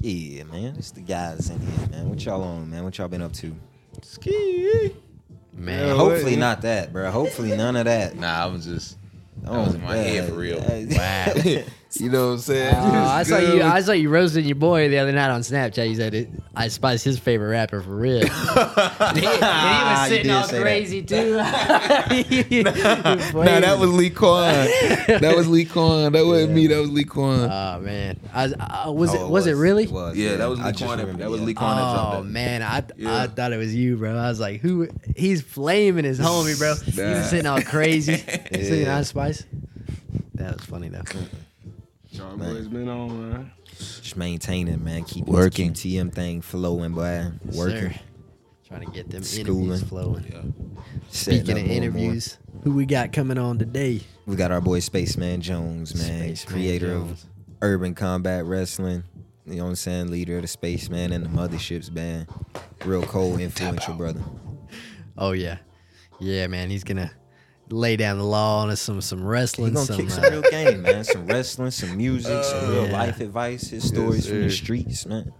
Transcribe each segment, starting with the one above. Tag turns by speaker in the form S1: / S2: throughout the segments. S1: Yeah, man. It's the guys in here, man. What y'all on, man? What y'all been up to?
S2: Ski.
S3: Man.
S2: Yeah, what-
S1: Hopefully not that, bro. Hopefully none of that.
S3: Nah, I was just. That
S1: Oh,
S3: was in my head for real.
S1: yeah.
S3: Wow.
S2: You know what I'm saying?
S4: Uh, I
S2: Just
S4: saw
S2: good.
S4: you. I saw you roasting your boy the other night on Snapchat. You said it, I spice his favorite rapper for real. And he, and he
S1: Ah,
S4: was
S1: you
S4: sitting
S1: did
S4: all
S1: say that.
S4: crazy too. no,
S2: Nah, that was Lee Kwan. that was Lee Kwan. That wasn't me. That was Lee Kwan.
S4: Oh man, I, was- I, was it
S1: Oh,
S4: was it really?
S1: It was.
S3: Yeah, that was
S1: I
S3: Lee
S1: just
S3: Kwan. that-
S1: remember,
S3: That was
S1: yeah.
S3: Lee Kwan that dropped
S4: Oh
S3: that.
S4: man, I I
S3: Yeah.
S4: thought it was you, bro. I was like, who? He's flaming his homie, bro. He's
S2: Nah.
S4: sitting all crazy, sitting
S1: Yeah.
S4: on spice. That was funny though.
S2: Y'all boys been on, man.
S1: Just maintaining, man. Keep
S3: Working.
S1: working. TM thing flowing, boy.
S4: Yes,
S1: Working.
S4: sir. Trying to get them
S1: Schooling.
S4: interviews flowing.
S1: Setting
S4: Speaking
S1: up
S4: of
S1: more and more.
S4: interviews, who we got coming on today?
S1: we got our boy Spaceman Jones, man. He's
S4: Spaceman
S1: creator
S4: Jones.
S1: of Urban Combat Wrestling. You know what I'm saying? Leader of the Spaceman and the Motherships band. Real cold, influential brother.
S4: Oh yeah, yeah, man. He's gonna lay down the law on us some some
S1: He
S4: wrestling.
S1: gonna
S4: Some,
S1: kick some
S4: uh,
S1: real game, man. Some wrestling, some music, some real
S4: Yeah.
S1: life advice, his stories from
S2: sir.
S1: the streets, man.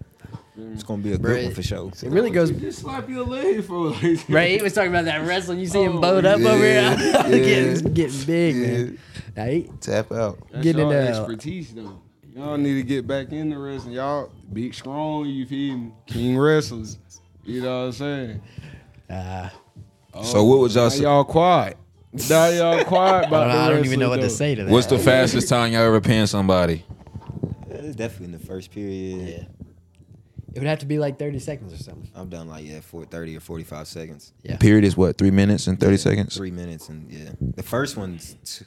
S1: It's gonna be a
S4: Bruh,
S1: good one for sure.
S4: it really goes.
S2: Just slap your leg for like,
S4: Right, he was talking about that wrestling. You see him
S2: Oh,
S4: bowed up over here,
S2: yeah,
S4: getting getting big, man. Now, he-
S3: Tap out.
S2: That's
S4: Getting
S2: y'all
S4: it out.
S2: expertise though. Y'all need to get back in the wrestling. Y'all big strong, you feel me? King wrestlers. You know what I'm saying?
S4: uh,
S3: So what was
S2: Now
S3: y'all?
S2: y'all quiet. Now y'all quiet
S4: I don't,
S2: about the
S4: I don't even
S2: wrestling,
S4: know what
S2: though.
S4: to say to that.
S3: What's the fastest time y'all ever pinned somebody?
S1: It's definitely in the first period.
S4: Yeah. It would have to be like 30 seconds or something.
S1: I've done like yeah, four, 30 or 45 seconds.
S3: Period is what three minutes and thirty seconds.
S1: Three minutes and yeah. The first one's two.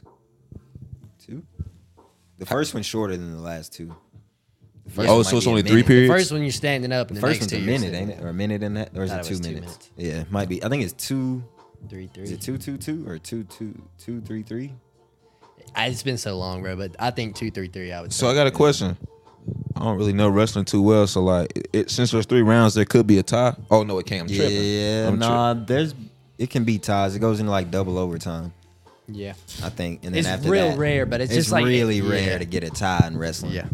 S1: two? The first one's shorter than the last two. The first
S3: Oh,
S1: one
S3: so
S1: might
S3: it's
S1: be a
S3: only three
S1: minute.
S3: periods.
S4: First one you're standing up, and
S1: The
S4: the,
S1: first one's
S4: next
S1: a
S4: two
S1: minute, ain't it? Or a minute in that? Or is
S4: Thought
S1: it
S4: it
S1: two
S4: was two
S1: minutes? Yeah, it might be. I think it's two.
S4: Three, three.
S1: Is it two, two, two? Or two, two, two, three, three?
S4: I, it's been so long, bro. But I think two, three, three. I would.
S3: So
S4: Say.
S3: I got a question. I don't really know wrestling too well, so like, it, it- since there's three rounds, there could be a tie. Oh no, it can't. I'm tripping.
S1: Yeah,
S3: I'm
S1: nah, there's. It can be ties. It goes into like double overtime,
S4: yeah,
S1: I think. And then
S4: it's
S1: after
S4: real
S1: that,
S4: rare, but it's,
S1: it's
S4: just like
S1: really
S4: yeah.
S1: rare to get a tie in wrestling.
S4: Yeah,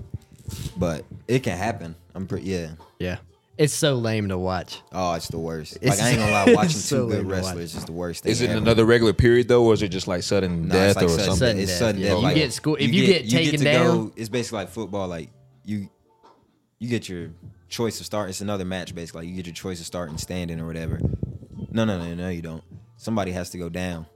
S1: but it can happen. I'm pretty yeah.
S4: yeah. It's so lame to watch.
S1: Oh, it's the worst.
S4: It's-
S1: like I ain't gonna lie, watching
S4: it's so
S1: two good
S4: lame to watch.
S1: wrestlers is the worst thing.
S3: Is it
S1: ever.
S3: another regular period though, or is it just like sudden
S1: Nah,
S3: death
S1: it's like
S3: or
S1: sudden-
S3: something?
S4: Sudden
S1: It's
S4: death,
S1: sudden
S4: yeah.
S1: death.
S4: You
S1: like,
S4: get school- if you get taken
S1: to
S4: down-
S1: go, it's basically like football. Like you, you get your choice of start. It's another match basically. Like, you get your choice of starting standing or whatever. No, no, no, no, you don't. Somebody has to go down.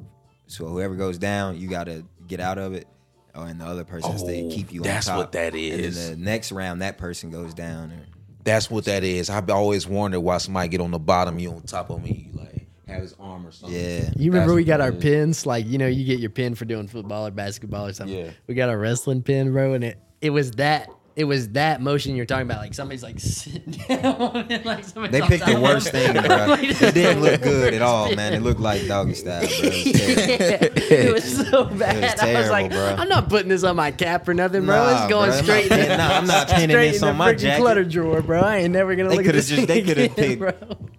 S1: So whoever goes down, you gotta get out of it. Oh, and the other person has to
S3: Oh,
S1: keep you.
S3: that's
S1: on top.
S3: what that
S1: And
S3: is.
S1: then the next round, that person goes down. Or,
S3: That's what that is. I've always wondered why somebody get on the bottom, you on top of me, like have his arm or something.
S1: yeah,
S4: You remember
S3: That's
S4: we got our
S3: what it is.
S4: pins? Like you know, you get your pin for doing football or basketball or something.
S3: Yeah.
S4: We got our wrestling pin, bro, and it it was that. It was that motion you're talking about. Like somebody's like sitting down. And like
S1: They picked the worst thing, bro. It didn't look good at all, man. It looked like doggy style, bro. It was terrible.
S4: it was so bad. I was
S1: terrible,
S4: like,
S1: bro.
S4: I'm not putting this on my cap or nothing, bro.
S1: Nah,
S4: it's going
S1: bro. I'm
S4: straight.
S1: not
S4: in the-
S1: pin- nah, I'm not pinning
S4: straight
S1: this
S4: in the
S1: on my
S4: freaking
S1: jacket.
S4: clutter drawer, bro. I ain't never gonna
S1: They
S4: look at
S1: coulda
S4: this.
S1: just- they
S4: thing
S1: coulda
S4: again,
S1: picked-
S4: bro.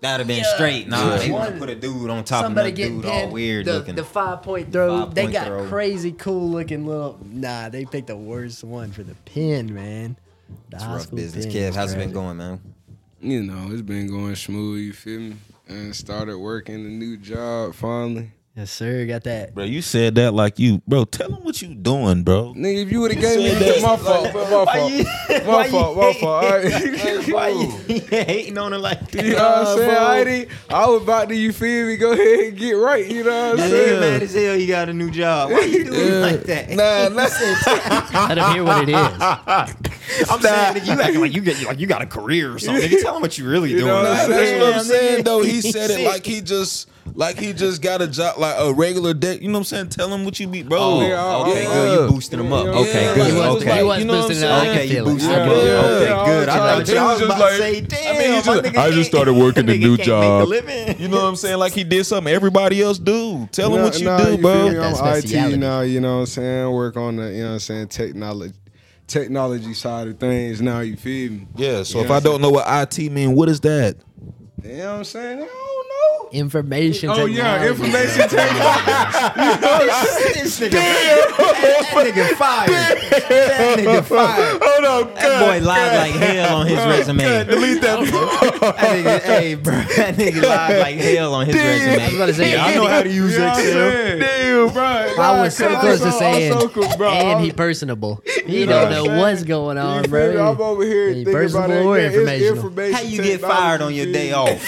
S1: That'd have been straight. Nah,
S3: Yeah.
S1: they want
S4: One-
S1: to put a dude on top
S4: Somebody
S1: of another
S4: getting
S1: dude, all
S4: pinned.
S1: weird
S4: the,
S1: looking.
S4: The five point throw.
S1: Five
S4: they
S1: point
S4: got
S1: throw.
S4: crazy cool looking little. Nah, they picked the worst one for the pin, man. The
S1: it's
S4: high
S1: rough
S4: school
S1: business.
S4: pin
S1: Kev,
S4: is
S1: how's it
S4: tragic.
S1: been going, man?
S2: You know, it's been going smooth, you feel me? And started working the new job finally.
S4: Yes, sir. Got that.
S3: Bro, you said that like you, bro. Tell him what you doing, bro.
S2: Nigga, if you would have gave me
S3: said
S2: that,
S3: that.
S2: my fault, bro, my fault, my fault, my fault. All right.
S1: hating on her like
S2: You know what I'm saying? I, didn't- I was about to, you feel me, go ahead and get right. You know what
S1: mad
S2: I'm saying?
S1: as hell you got a new job. Why you doing
S2: Yeah.
S1: like that?
S2: Nah, nah.
S4: Let him hear what it is.
S1: I'm saying nigga, you acting like you get like you got a career or something. Nigga, tell him what you really doing.
S2: know what
S1: Like,
S2: I'm
S3: That's what I'm
S1: damn,
S3: saying
S1: nigga.
S3: though. He said it
S1: Shit.
S3: like he just like he just got a job like a regular day. You know what I'm saying? Tell him what you be, bro.
S1: Oh, okay, good. You boosting him up.
S2: Yeah.
S1: Okay,
S3: Yeah,
S1: good.
S3: like,
S4: He was-
S1: okay.
S4: he was
S3: you know what I'm
S4: boosting it
S3: saying?
S4: up.
S1: Okay, you
S4: feel it.
S1: boosted
S2: Yeah,
S1: him up.
S2: yeah,
S1: Okay,
S2: yeah.
S1: good. I
S2: I was
S1: thought you
S2: trying-
S1: was
S2: he was
S1: about to
S2: just
S1: say,
S2: like-
S1: damn.
S3: mean, he
S1: my
S3: just-
S1: nigga
S3: I just
S1: can't-
S3: started working the
S1: nigga
S3: new
S1: can't make a
S3: job.
S1: living.
S3: You know what I'm saying? Like he did something everybody else do. Tell him
S2: Nah,
S3: what you
S2: nah,
S3: do,
S2: feel
S3: bro.
S2: me?
S4: That's
S2: I'm IT
S4: speciality.
S2: now, you know what I'm saying? Work on the, you know what I'm saying, technology technology side of things now, you feel me?
S3: Yeah. So
S2: You
S3: if
S2: know
S3: I
S2: what
S3: don't know what IT mean, what is that?
S2: You know what I'm saying? I don't know.
S4: Information.
S2: Oh yeah,
S4: technology.
S2: information technology.
S1: This nigga, that nigga fired. That nigga fired.
S3: Hold on,
S1: boy lied like hell on his resume.
S3: Delete that.
S1: That nigga, hey, bro, that nigga lied like hell on his resume.
S4: I was about to say,
S1: Yeah, I
S4: and
S1: know
S4: he-
S1: how to use
S2: You know what I'm
S1: Excel.
S2: saying? Damn, bro.
S4: I was so close to saying, and he
S2: he.
S4: personable. He
S2: You know
S4: don't
S2: what I'm
S4: know
S2: saying?
S4: what's going on, bro.
S2: I'm over here
S4: He
S2: thinking about
S4: personable
S2: that.
S4: or
S2: Yeah, it's
S4: informational.
S2: information
S1: How you get
S2: technology,
S1: fired on your day
S2: dude.
S1: off?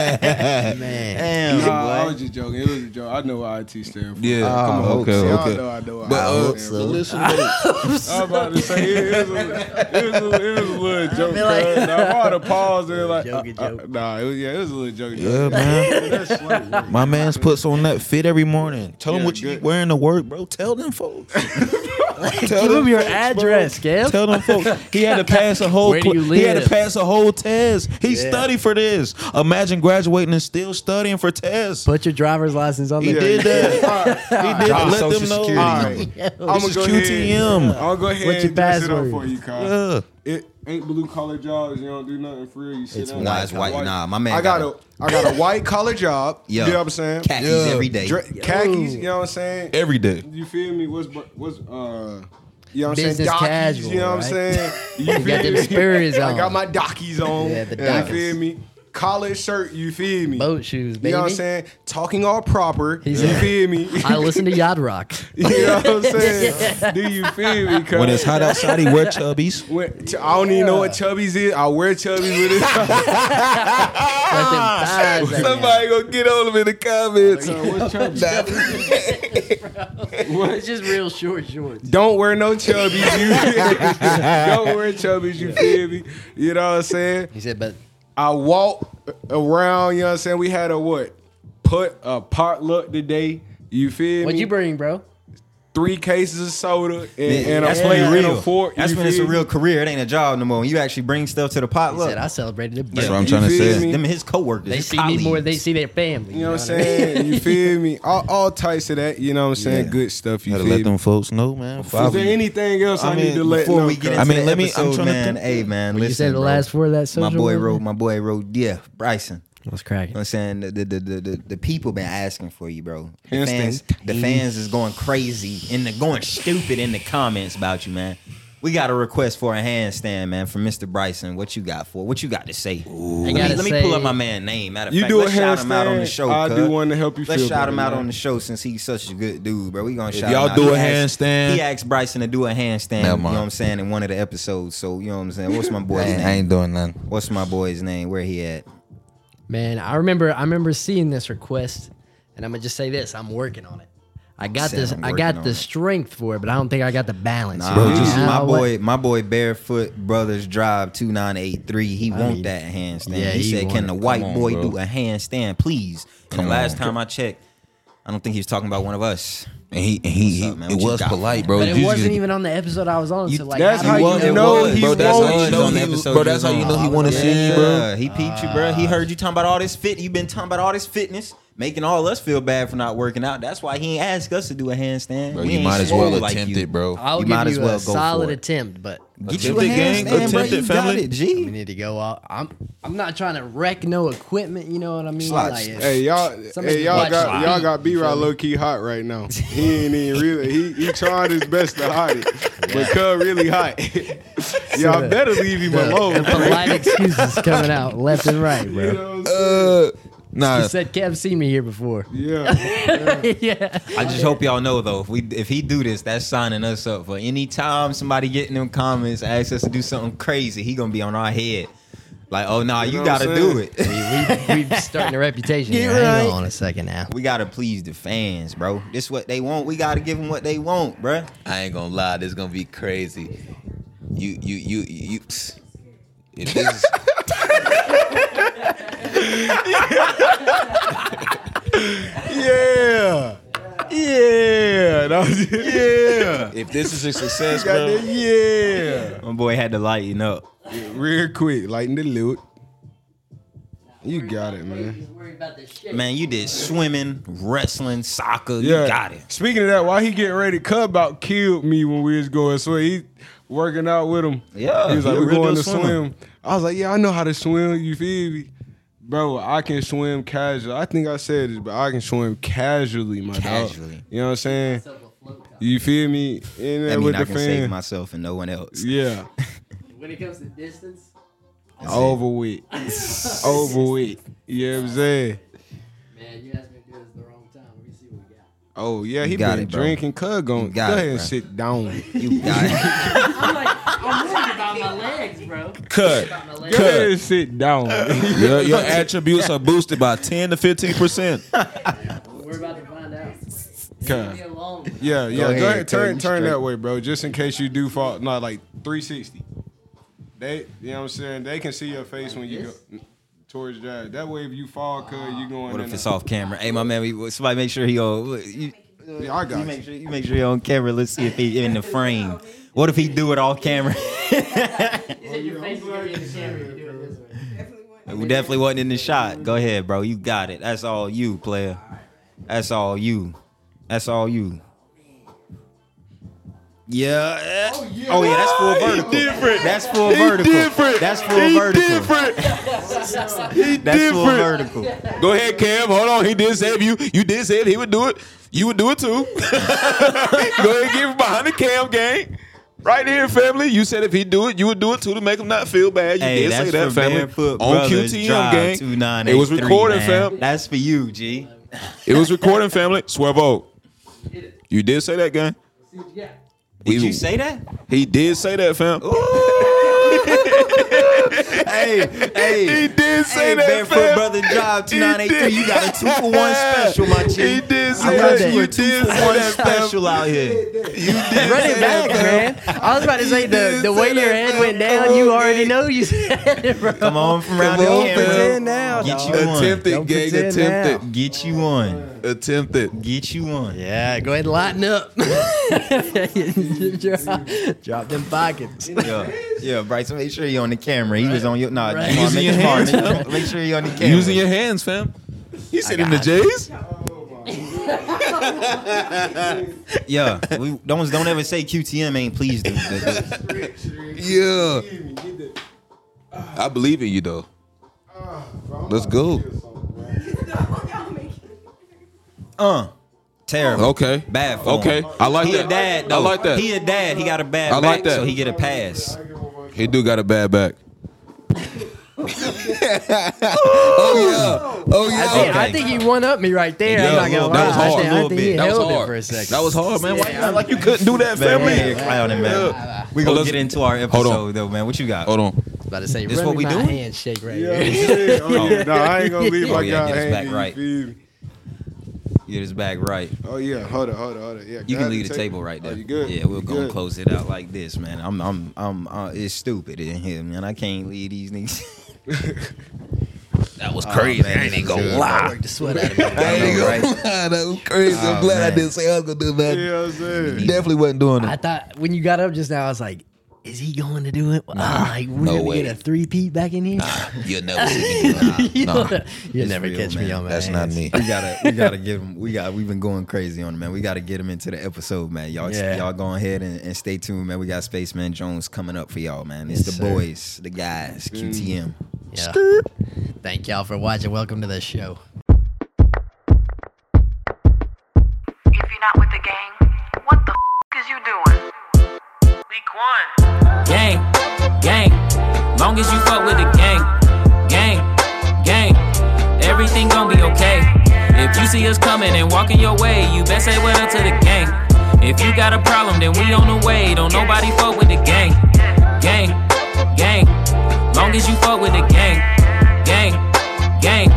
S4: Man,
S1: Damn,
S2: Nah, I
S1: boy.
S2: was just joking. It was a joke. I know what IT stands for.
S3: Yeah.
S1: come on.
S3: okay.
S2: Y'all
S3: Okay.
S2: know I know what
S3: But,
S2: IT
S3: uh,
S2: stands
S3: but
S2: for.
S3: listen, though,
S2: I was about to say it, it, was, a, it, was, a, it was a little joke.
S4: feel like-
S2: cuz. Nah, I had to pause and like,
S4: Joke,
S2: uh, uh,
S4: joke.
S2: nah, it was, yeah, it was a little joke.
S3: yeah, man.
S2: That's slang, bro.
S3: My man's puts on that fit every morning. Tell them
S2: Yeah,
S3: what you
S2: good.
S3: wearing to work, bro. Tell them folks.
S4: give him your
S3: folks, bro.
S4: address, Kev.
S3: Tell them folks. He had to pass a whole.
S4: Where do you
S3: cl- He had
S4: live?
S3: to pass a whole test. He
S4: Yeah.
S3: studied for this. Imagine graduating and still studying for tests.
S4: Put your driver's license on
S3: He
S4: the
S3: did that.
S2: All right, all
S3: He
S2: right,
S3: did.
S1: Drop
S3: Let
S1: Social
S3: them know.
S1: Security
S2: all right.
S4: Oh,
S2: I'm
S3: This
S2: gonna
S3: is
S2: go
S3: QTM.
S2: Ahead. I'll go ahead
S4: What's your
S2: and dress it up
S4: password?
S2: for you, Kyle.
S3: Yeah.
S2: It ain't blue collar jobs. You don't do nothing for real. You sit
S4: It's
S2: down.
S1: Nah, it's white. Nah, my man.
S2: I got a I got a white collar job.
S1: Yeah.
S2: You know what I'm saying?
S1: khakis
S3: Yeah.
S1: every day.
S2: Dre- khakis. You know what I'm saying?
S3: Every day.
S2: You feel me? What's bu- what's uh? You know what I'm saying?
S4: Business
S2: Dockies,
S4: casual,
S2: you know what
S4: right?
S2: I'm saying? You
S4: got them spurs
S2: I got
S4: on.
S2: my dockies on.
S4: Yeah, the
S2: You
S4: dockies.
S2: feel me? College shirt. You feel me?
S4: boat shoes,
S2: You
S4: baby.
S2: know what I'm saying? Talking all proper.
S4: He's
S2: you
S4: a-
S2: feel me?
S4: I listen to Yacht Rock.
S2: you know what I'm saying? Do you feel me?
S3: When
S2: Cause
S3: it's hot outside, he wear chubbies.
S2: when- ch- I don't even know what chubbies is. I wear chubbies with it.
S4: Let them thighs hang out.
S3: gonna get on him in the comments.
S2: So what's chubbies? What?
S4: It's just real short shorts.
S2: Don't wear no chubbies. You don't wear chubbies. You feel me? You know what I'm saying?
S4: He said, but
S2: I walk around. You know what I'm saying? We had a what? Put a potluck today. You feel
S4: what'd
S2: me?
S4: you bring, bro?
S2: Three cases of soda and, and a
S1: that's
S2: plate
S1: when it's
S2: and
S1: real.
S2: a fork.
S1: That's
S2: you
S1: when it's a
S2: feel me?
S1: real career. It ain't a job no more. When you actually bring stuff to the
S4: He
S1: potluck.
S4: said, I celebrated it.
S3: That's what
S4: but
S3: I'm
S2: You
S3: trying to
S2: feel
S3: say.
S2: me?
S1: Them his coworkers.
S4: They
S1: his
S4: see me more.
S1: colleagues.
S4: They see their family.
S2: You know what
S4: I
S2: I'm
S4: mean?
S2: saying? You feel me? All, all types of that. You know what I'm saying?
S1: Yeah.
S2: Good stuff. You
S3: Gotta
S2: feel
S3: let
S2: me?
S3: them folks know, man.
S2: Is there anything else I,
S3: I
S2: need
S3: mean,
S2: to let
S1: Before
S2: know,
S1: we get
S2: cuz?
S1: into
S3: I mean, let me- I'm
S1: the episode,
S3: trying to
S1: man.
S3: think.
S1: Hey, man,
S4: You
S1: listen,
S4: said the
S1: bro.
S4: last four of that social.
S1: My boy
S4: one?
S1: wrote. My boy wrote. Yeah, Bryson.
S4: What's
S1: You know
S4: cracking?
S1: what I'm saying the the, the, the, the the people been asking for you, bro. The
S2: Hands
S1: fans, the fans is going crazy and they're going stupid in the comments about you, man. We got a request for a handstand, man, from Mr. Bryson. What you got for? What you got to say? Let, me,
S4: gotta
S1: let me pull
S4: say-
S1: up my man name. Matter of
S2: You
S1: fact,
S2: do a
S1: let's shout him out on the
S2: handstand,
S1: show.
S2: I
S1: cuz.
S2: do one to help you
S1: Let's
S2: feel
S1: shout him
S2: better,
S1: out
S2: man.
S1: on the show since he's such a good dude, bro. We gonna shout
S3: y'all
S1: him out.
S3: do
S1: He
S3: a
S1: asked-
S3: handstand-
S1: He asked Bryson to do a handstand.
S3: Never
S1: You know
S3: mind.
S1: what I'm saying in one of the episodes. So you know what I'm saying. What's my
S3: I
S1: boy's
S3: ain't, I
S1: name?
S3: ain't doing nothing.
S1: What's my boy's name? Where he at?
S4: Man, I remember. I remember seeing this request, and I'm gonna just say this: I'm working on it. I got
S1: Said
S4: this.
S1: I'm
S4: I
S1: working
S4: got the
S1: on it.
S4: strength for it, but I don't think I got the balance.
S1: Nah,
S3: Bro,
S1: he-
S3: just-
S1: my
S4: How- what-
S1: boy, my boy Barefoot Brothers Drive two nine eight three. He want that handstand.
S4: yeah,
S1: he,
S4: he
S1: said,
S4: want
S1: "Can
S4: it.
S1: the white
S3: Come on,
S1: boy
S3: bro.
S1: do a handstand, please?" And
S3: Come
S1: the last
S3: on.
S1: time I checked, I don't think he was talking about one of us.
S3: And he, and he,
S1: What's
S3: he
S1: up, man?
S3: it
S1: What you
S3: was
S1: got?
S3: polite, bro.
S4: But it
S3: You
S4: wasn't
S3: just-
S4: even on the episode I was on. So like,
S2: that's
S4: do
S2: how
S4: you
S2: you
S4: know?
S2: know he
S3: bro. That's how you
S2: wants
S3: know
S1: it.
S3: he, bro. That's how you know he
S4: Oh,
S3: want to
S4: yeah.
S3: see you, bro.
S1: he peeped you, bro. He heard you talking about all this fit. You been talking about all this fitness, making all us feel bad for not working out. That's why he ain't asked us to do a handstand.
S3: Bro,
S1: We
S3: you
S1: ain't
S3: might as well
S1: swole like
S3: attempt
S1: you.
S3: it, bro.
S4: I'll
S1: You
S4: give
S1: might
S4: you
S1: as well
S4: a
S1: go for
S4: solid
S1: it.
S4: attempt, but
S1: Get you a
S3: Attempt it,
S1: handstand,
S3: gang.
S1: bro.
S3: Attempt
S1: You
S3: it,
S1: got
S3: family.
S1: it, G.
S4: we need to go out. I'm I'm not trying to wreck no equipment. You know what I mean?
S1: Slots.
S4: Like, it's-
S2: Hey y'all,
S4: Somebody
S2: hey y'all
S4: watch
S2: got
S4: live.
S2: y'all got B
S4: You feel
S2: Rod
S4: me?
S2: low key hot right now. He ain't even really he he trying his best to hide it, but Cub really hot. y'all better leave him
S4: the,
S2: alone.
S4: the polite excuses coming out left and right,
S2: You
S4: bro.
S2: know what I'm saying?
S3: Uh, nah,
S4: He said Kev seen me here before.
S2: yeah,
S4: yeah.
S1: I just hope y'all know though, if we if he do this, that's signing us up for any time somebody getting them comments asks us to do something crazy, he gonna be on our head. Like, oh nah, you,
S2: know
S1: gotta
S2: what I'm
S1: do it.
S4: we, we starting a reputation.
S1: Get
S4: Here. Hang
S1: right.
S4: on a second now.
S1: we gotta please the fans, bro. This what they want. We gotta give them what they want, bro.
S3: I ain't gonna lie, this gonna be crazy. You you you you. psst. If this is-
S2: yeah, yeah, That was- yeah,
S3: if this is a success,
S2: Got
S3: bro.
S2: that- yeah.
S1: My boy had to lighten up.
S2: Real quick, lighten the loot. You got it, man.
S1: Man, you did swimming, wrestling, soccer. You got it.
S2: Speaking of that, while he getting ready, Cub about killed me when we was going swim. He working out with him.
S1: Yeah,
S2: he was like,
S1: he a
S2: "We're
S1: real
S2: going to
S1: good
S2: swim.
S1: swimmer."
S2: I was like, "Yeah, I know how to swim." You feel me, bro? I can swim casual. I think I said this, but I can swim casually, my dog.
S1: Casually.
S2: You know what I'm saying? You feel me? In there
S1: That means
S2: with
S1: I
S2: the
S1: can save
S2: fan.
S1: myself and no one else.
S2: Yeah.
S4: When it comes to distance,
S2: Over with. Over with. You know what I'm saying?
S4: man, you asked me to do this the wrong time. Let me see what we got.
S2: Oh yeah, he
S1: You got
S2: been
S1: it, bro.
S2: drinking. Cug on.
S1: You
S2: Go
S1: got
S2: ahead
S1: it,
S2: and
S1: bro.
S2: sit down.
S1: You got
S4: I'm like, I'm worried about my legs, bro.
S3: Cut.
S4: About my
S2: Go
S4: legs.
S3: Cut.
S2: ahead and sit down.
S3: Your, your attributes are boosted by 10 to 15%.
S4: We're about to find out.
S2: Cut.
S4: Leave me alone.
S2: Yeah, yeah. Go ahead,
S1: ahead, Cug,
S2: turn
S1: you
S2: turn
S1: straight.
S2: that way, bro. Just in case you do fall, not like 360. They, you know what I'm saying. They can see your face when you go towards drive. That way, if you fall, cuz you going.
S1: What
S2: in
S1: if it's
S2: a-
S1: off camera? Hey, my man, we, somebody make sure he on. You,
S2: Yeah, I
S1: you
S2: got
S1: make
S2: you.
S1: sure you make sure he on camera. Let's see if he in the frame. What if he do it off camera?
S4: You said your face is gonna be in the camera. You do it this way.
S1: we definitely wasn't in the shot. Go ahead, bro. You got it. That's all you, player. That's all you. That's all you. Yeah. eh. Oh yeah. That's full vertical.
S3: different.
S1: That's full vertical. That's full vertical.
S3: He
S1: That's full vertical.
S3: Go ahead, Cam. Hold on. He did save you. You did save. He would do it. You would do it too. Go ahead, get behind the Cam gang. Right here, family. You said if he do it, you would do it too to make him not feel bad. You
S1: Hey,
S3: did
S1: that's
S3: say that,
S1: for
S3: family.
S1: Barefoot
S3: On
S1: Brothers
S3: QTM
S1: Drive
S3: gang.
S1: 2983,
S3: It was recorded,
S1: man.
S3: fam.
S1: That's for you, G.
S3: It was recording, family. Swervo. You did say that, gang.
S4: See what you got.
S1: Did
S3: We-
S1: you say that?
S3: He did say that, fam.
S1: hey,
S3: He
S1: hey.
S3: did say
S1: Hey,
S3: that,
S1: Barefoot
S3: fam.
S1: Brother Job
S3: He
S1: 2983.
S3: did.
S1: You got a two for one special, my G.
S3: He did
S1: I
S3: say
S1: got
S3: that.
S1: you a
S3: You
S1: two
S3: did say
S1: for one
S3: that, fam.
S1: special out here.
S4: Run it back, man. I was about to say the, the way your head went down,
S3: oh,
S4: you already know you said it, bro.
S1: Come on from around
S3: Come
S1: the
S3: on,
S1: camera.
S3: fam.
S5: Pretend now.
S1: Get
S5: dog.
S1: you one.
S3: Attempted,
S5: Don't
S3: gang.
S5: pretend
S3: Attempted.
S1: Get you one.
S3: Attempted.
S1: Get you one.
S4: Yeah, go ahead and lighten up. drop, drop them pockets.
S1: Yeah, yeah, Bryson. Make sure you're on the camera. He was on your nah.
S4: Right.
S1: Jamar,
S3: Using
S1: make
S3: your
S1: Jamar,
S3: hands.
S1: make- Make sure you're on the camera.
S3: Using your hands, fam. He said in the J's.
S1: yeah. We, don't don't ever say QTM ain't pleased. The, the,
S3: Yeah. I believe in you though. Let's go.
S1: the, uh, terrible.
S3: Okay.
S1: Bad. Form.
S3: Oh, Okay. I like
S1: He a
S3: that.
S1: dad. Though.
S3: I like that.
S1: He
S3: He,
S1: a dad. He got a bad.
S3: I like
S1: back,
S3: that.
S1: So he get a pass.
S3: do got a bad back. oh yeah. Oh
S4: I
S3: yeah.
S4: think, I think he won up me right there.
S3: Yeah,
S4: I'm not gonna
S3: that was
S4: lie. I
S3: hard.
S4: think,
S1: A
S4: I
S1: little
S4: think he
S1: bit.
S3: That was
S4: held it
S3: hard.
S4: for a second.
S3: That was hard, man. Why you
S4: Yeah.
S3: act like you couldn't do that,
S1: Man,
S3: family?
S1: yeah, clowning, man.
S3: Yeah.
S1: We gonna
S3: let's-
S1: get into our
S3: Hold on.
S1: episode though, man. What you got?
S3: Hold on.
S4: about to say,
S1: This
S4: run
S1: what we
S4: me my
S1: doing?
S4: handshake right
S2: Yeah,
S4: here.
S2: yeah. Oh, yeah. Nah, I ain't gonna leave
S1: Oh,
S2: my
S1: yeah,
S2: guy
S1: get his back
S2: hanging.
S1: right.
S2: Right.
S1: Get his back right.
S2: Oh yeah, hold it, hold it, hold it. Yeah,
S1: You
S2: go ahead
S1: can leave
S2: and
S1: the
S2: take-
S1: table right there.
S2: Oh, you good?
S1: Yeah, we'll
S2: You
S1: go and
S2: good?
S1: close it out like this, man. I'm, I'm, I'm. Uh, it's stupid in here, man. I can't leave these niggas.
S3: That was
S1: crazy. I ain't even gonna
S4: I worked the sweat out of me.
S1: I know, right?
S3: that was crazy.
S1: Oh, man.
S3: say I was gonna do that.
S2: Yeah, I'm saying.
S3: Definitely wasn't doing
S4: I thought when you got up just now, I was like, is he going to do it? Ah, like, we're
S3: no
S4: gonna
S3: way.
S4: get a three peat back in here.
S3: You'll never see me.
S4: You'll-
S3: Nah, nah,
S4: You'll
S1: It's
S4: never
S1: real,
S4: catch me
S1: man.
S4: on my
S3: that's not
S4: hands.
S3: me.
S1: we gotta, we gotta get him. We got. We've been going crazy on him, man. We gotta get him into the episode, man. Y'all,
S4: Yeah.
S1: y'all go ahead and, and stay tuned, man. We got Spaceman Jones coming up for y'all, man. It's
S4: Yes,
S1: the
S4: sir.
S1: boys, the guys, QTM.
S4: Yeah. Thank y'all for watching. Welcome to the show.
S6: If you're not with the gang, what the f- is you doing? Week one.
S7: gang, gang. Long as you fuck with the gang, gang, gang. Everything gon' be okay. If you see us coming and walking your way, you best say what up to the gang. If you got a problem, then we on the way. Don't nobody fuck with the gang, gang, gang. Long as you fuck with the gang, gang, gang.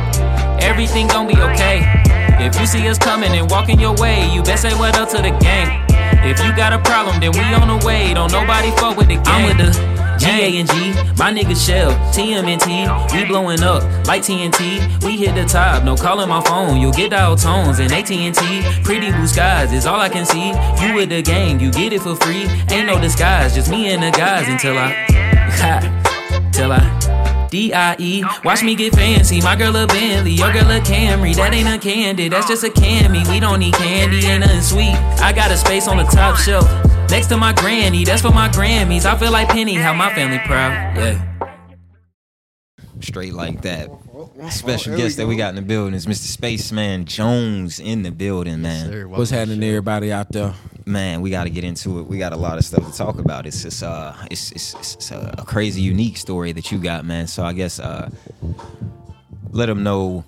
S7: Everything gon' be okay. If you see us coming and walking your way, you best say what up to the gang. If you got a problem, then we on the way. Don't nobody fuck with the gang. I'm with the G A and G, my nigga Shell, TMNT, we blowing up like TNT. We hit the top, no calling my phone. You'll get dial tones and AT&T. Pretty blue skies is all I can see. You with the gang, you get it for free. Ain't no disguise, just me and the guys until I, till I. D-I-E, watch me get fancy. My girl a Bentley, your girl a Camry. That ain't a candy, that's just a cami. We don't need candy, ain't nothing sweet. I got a space on the top shelf. Next to my granny, that's for my Grammys. I feel like Penny, how my family proud. Yeah.
S1: straight like that.
S2: my fault.
S1: Special
S2: There
S1: guest
S2: we
S1: that we
S2: go.
S1: got in the building is Mr. Spaceman Jones in the building, man.
S4: Sir, welcome
S5: What's
S4: to the
S5: happening
S4: show.
S5: to everybody out there?
S1: man, we got to get into it. We got a lot of stuff to talk about. It's just, uh, it's it's, it's, it's a, a crazy, unique story that you got, man. So I guess uh, let them know,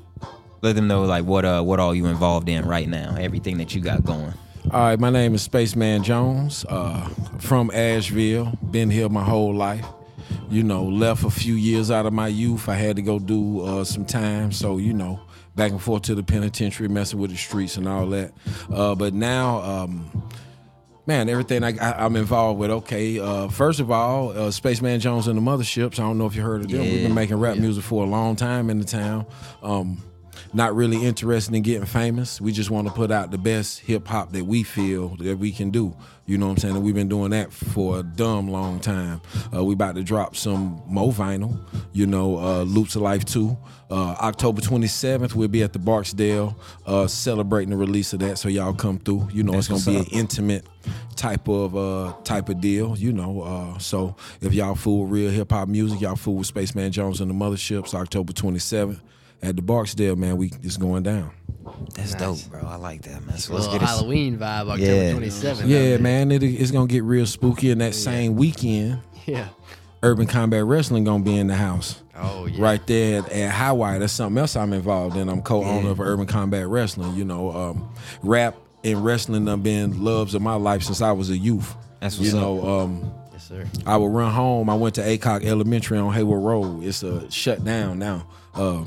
S1: let them know like what uh what all you involved in right now, everything that you got going.
S5: All right, my name is Spaceman Jones, uh, from Asheville. Been here my whole life. You know, left a few years out of my youth. I had to go do uh, some time, so you know, back and forth to the penitentiary, messing with the streets and all that. Uh, but now, um, man, everything I, I, I'm involved with. Okay, uh, first of all, uh, Spaceman Jones and the Motherships. I don't know if you heard of them. We've
S1: Yeah.
S5: been making rap music for a long time in the town. Um, not really interested in getting famous. We just want to put out the best hip hop that we feel that we can do. You know what I'm saying? And we've been doing that for a dumb long time. Uh, we about to drop some Mo vinyl, you know, uh, Loops of Life 2. Uh, October 27th, we'll be at the Barksdale uh, celebrating the release of that. So y'all come through. You know, it's going to be an intimate type of uh, type of deal, you know. Uh, so if y'all fool with real hip hop music, y'all fool with Spaceman Jones and the Motherships, October 27th at the Barksdale, man. We it's going down.
S1: That's dope, bro. I like that, man. So let's
S4: Little
S1: get it.
S4: Halloween vibe, October
S1: Yeah.
S4: 27th.
S5: Yeah, man. It, it's gonna get real spooky. And that same weekend,
S4: Yeah.
S5: Urban Combat Wrestling gonna be in the house.
S4: Oh, yeah.
S5: Right there at, at High Wire. That's something else I'm involved in. I'm co-owner of Urban Combat Wrestling. You know, um, rap and wrestling have been loves of my life since I was a youth.
S1: That's
S5: you
S1: what's up.
S5: know. Um,
S4: Yes, sir.
S5: I would run home. I went to Acock Elementary on Hayward Road. It's a shut down now. Uh,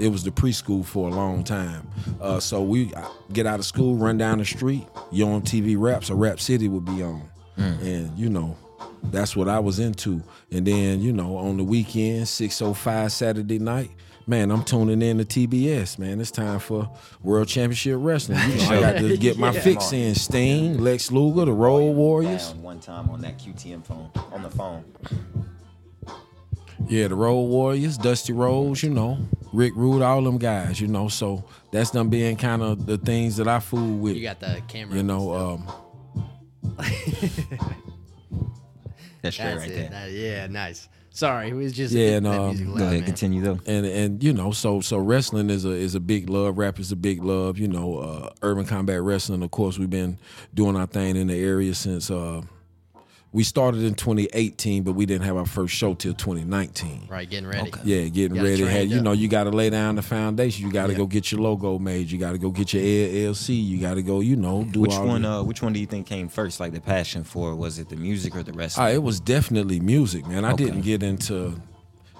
S5: it was the preschool for a long time. Uh, so we I get out of school, run down the street. You on TV raps, a Rap City would be on, and you know. That's what I was into. And then, you know, on the weekend, 605 Saturday night, man, I'm tuning in to TBS, man. It's time for World Championship Wrestling. You know, I got to get my fix in. Sting, Lex Luger, the Road Warriors.
S1: Down One time on that QTM phone, on the phone.
S5: Yeah, the Road Warriors, Dusty Rhodes, you know, Rick Rude, all them guys, you know. So that's them being kind of the things that I fool with.
S4: You got the camera.
S5: you know, um,
S1: That's straight
S4: That's
S1: right there.
S4: it. That- yeah, nice. Sorry, it was just
S5: Yeah,
S4: that
S5: and, um,
S4: music
S1: Go
S4: loud,
S1: ahead,
S4: man.
S1: continue though.
S5: and and you know, so so wrestling is a is a big love. Rap is a big love. You know, uh, urban combat wrestling. Of course, we've been doing our thing in the area since uh, we started in 2018, but we didn't have our first show till 2019.
S4: Right, getting ready.
S5: Yeah, getting
S4: Gotta
S5: ready.
S4: train
S5: Had,
S4: it
S5: you
S4: up.
S5: know, you got to lay down the foundation. You got to go get your logo made. You got to go get your LLC. You got to go, you know, do
S1: Which
S5: all
S1: one?
S5: the-
S1: Uh, which one do you think came first? Like the passion for? Was it the music or the wrestling?
S5: Ah, it was definitely music, man. I
S1: Okay.
S5: didn't get into,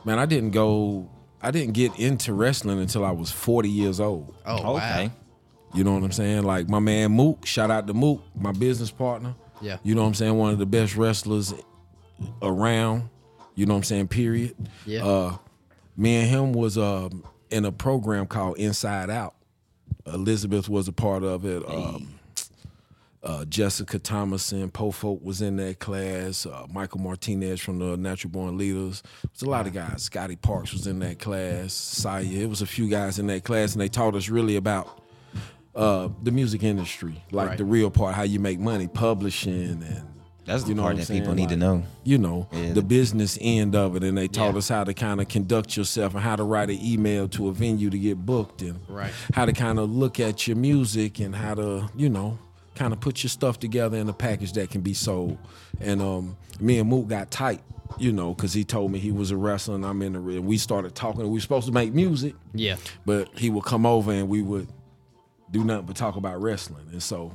S5: man. I didn't go. I didn't get into wrestling until I was 40 years old.
S4: Oh, wow.
S1: okay.
S5: You know what I'm saying? Like my man Mook, shout out to Mook, my business partner.
S4: Yeah.
S5: You know what I'm saying? One of the best wrestlers around. You know what I'm saying? Period.
S4: Yeah.
S5: Uh, me and him was um, in a program called Inside Out. Elizabeth was a part of it. Um, uh, Jessica Thomason, Poe Folk was in that class. Uh, Michael Martinez from the Natural Born Leaders. It was a lot of guys. Scotty Parks was in that class. Saya. It was a few guys in that class, and they taught us really about uh, the music industry, like
S4: Right.
S5: the real part, how you make money, publishing, and
S1: That's the
S5: You know
S1: part
S5: what I'm
S1: that people
S5: saying?
S1: need to
S5: Like-
S1: know.
S5: you know
S1: Yeah.
S5: the business end of it. And they taught
S4: Yeah.
S5: us how to kind of conduct yourself and how to write an email to a venue to get booked, and
S4: Right.
S5: how to kind of look at your music and how to you know kind of put your stuff together in a package that can be sold. And um, me and Moot got tight. You know, because he told me he was a wrestler, and I'm in the ring. We started talking. We were supposed to make music,
S4: Yeah.
S5: but he would come over and we would do nothing but talk about wrestling. And so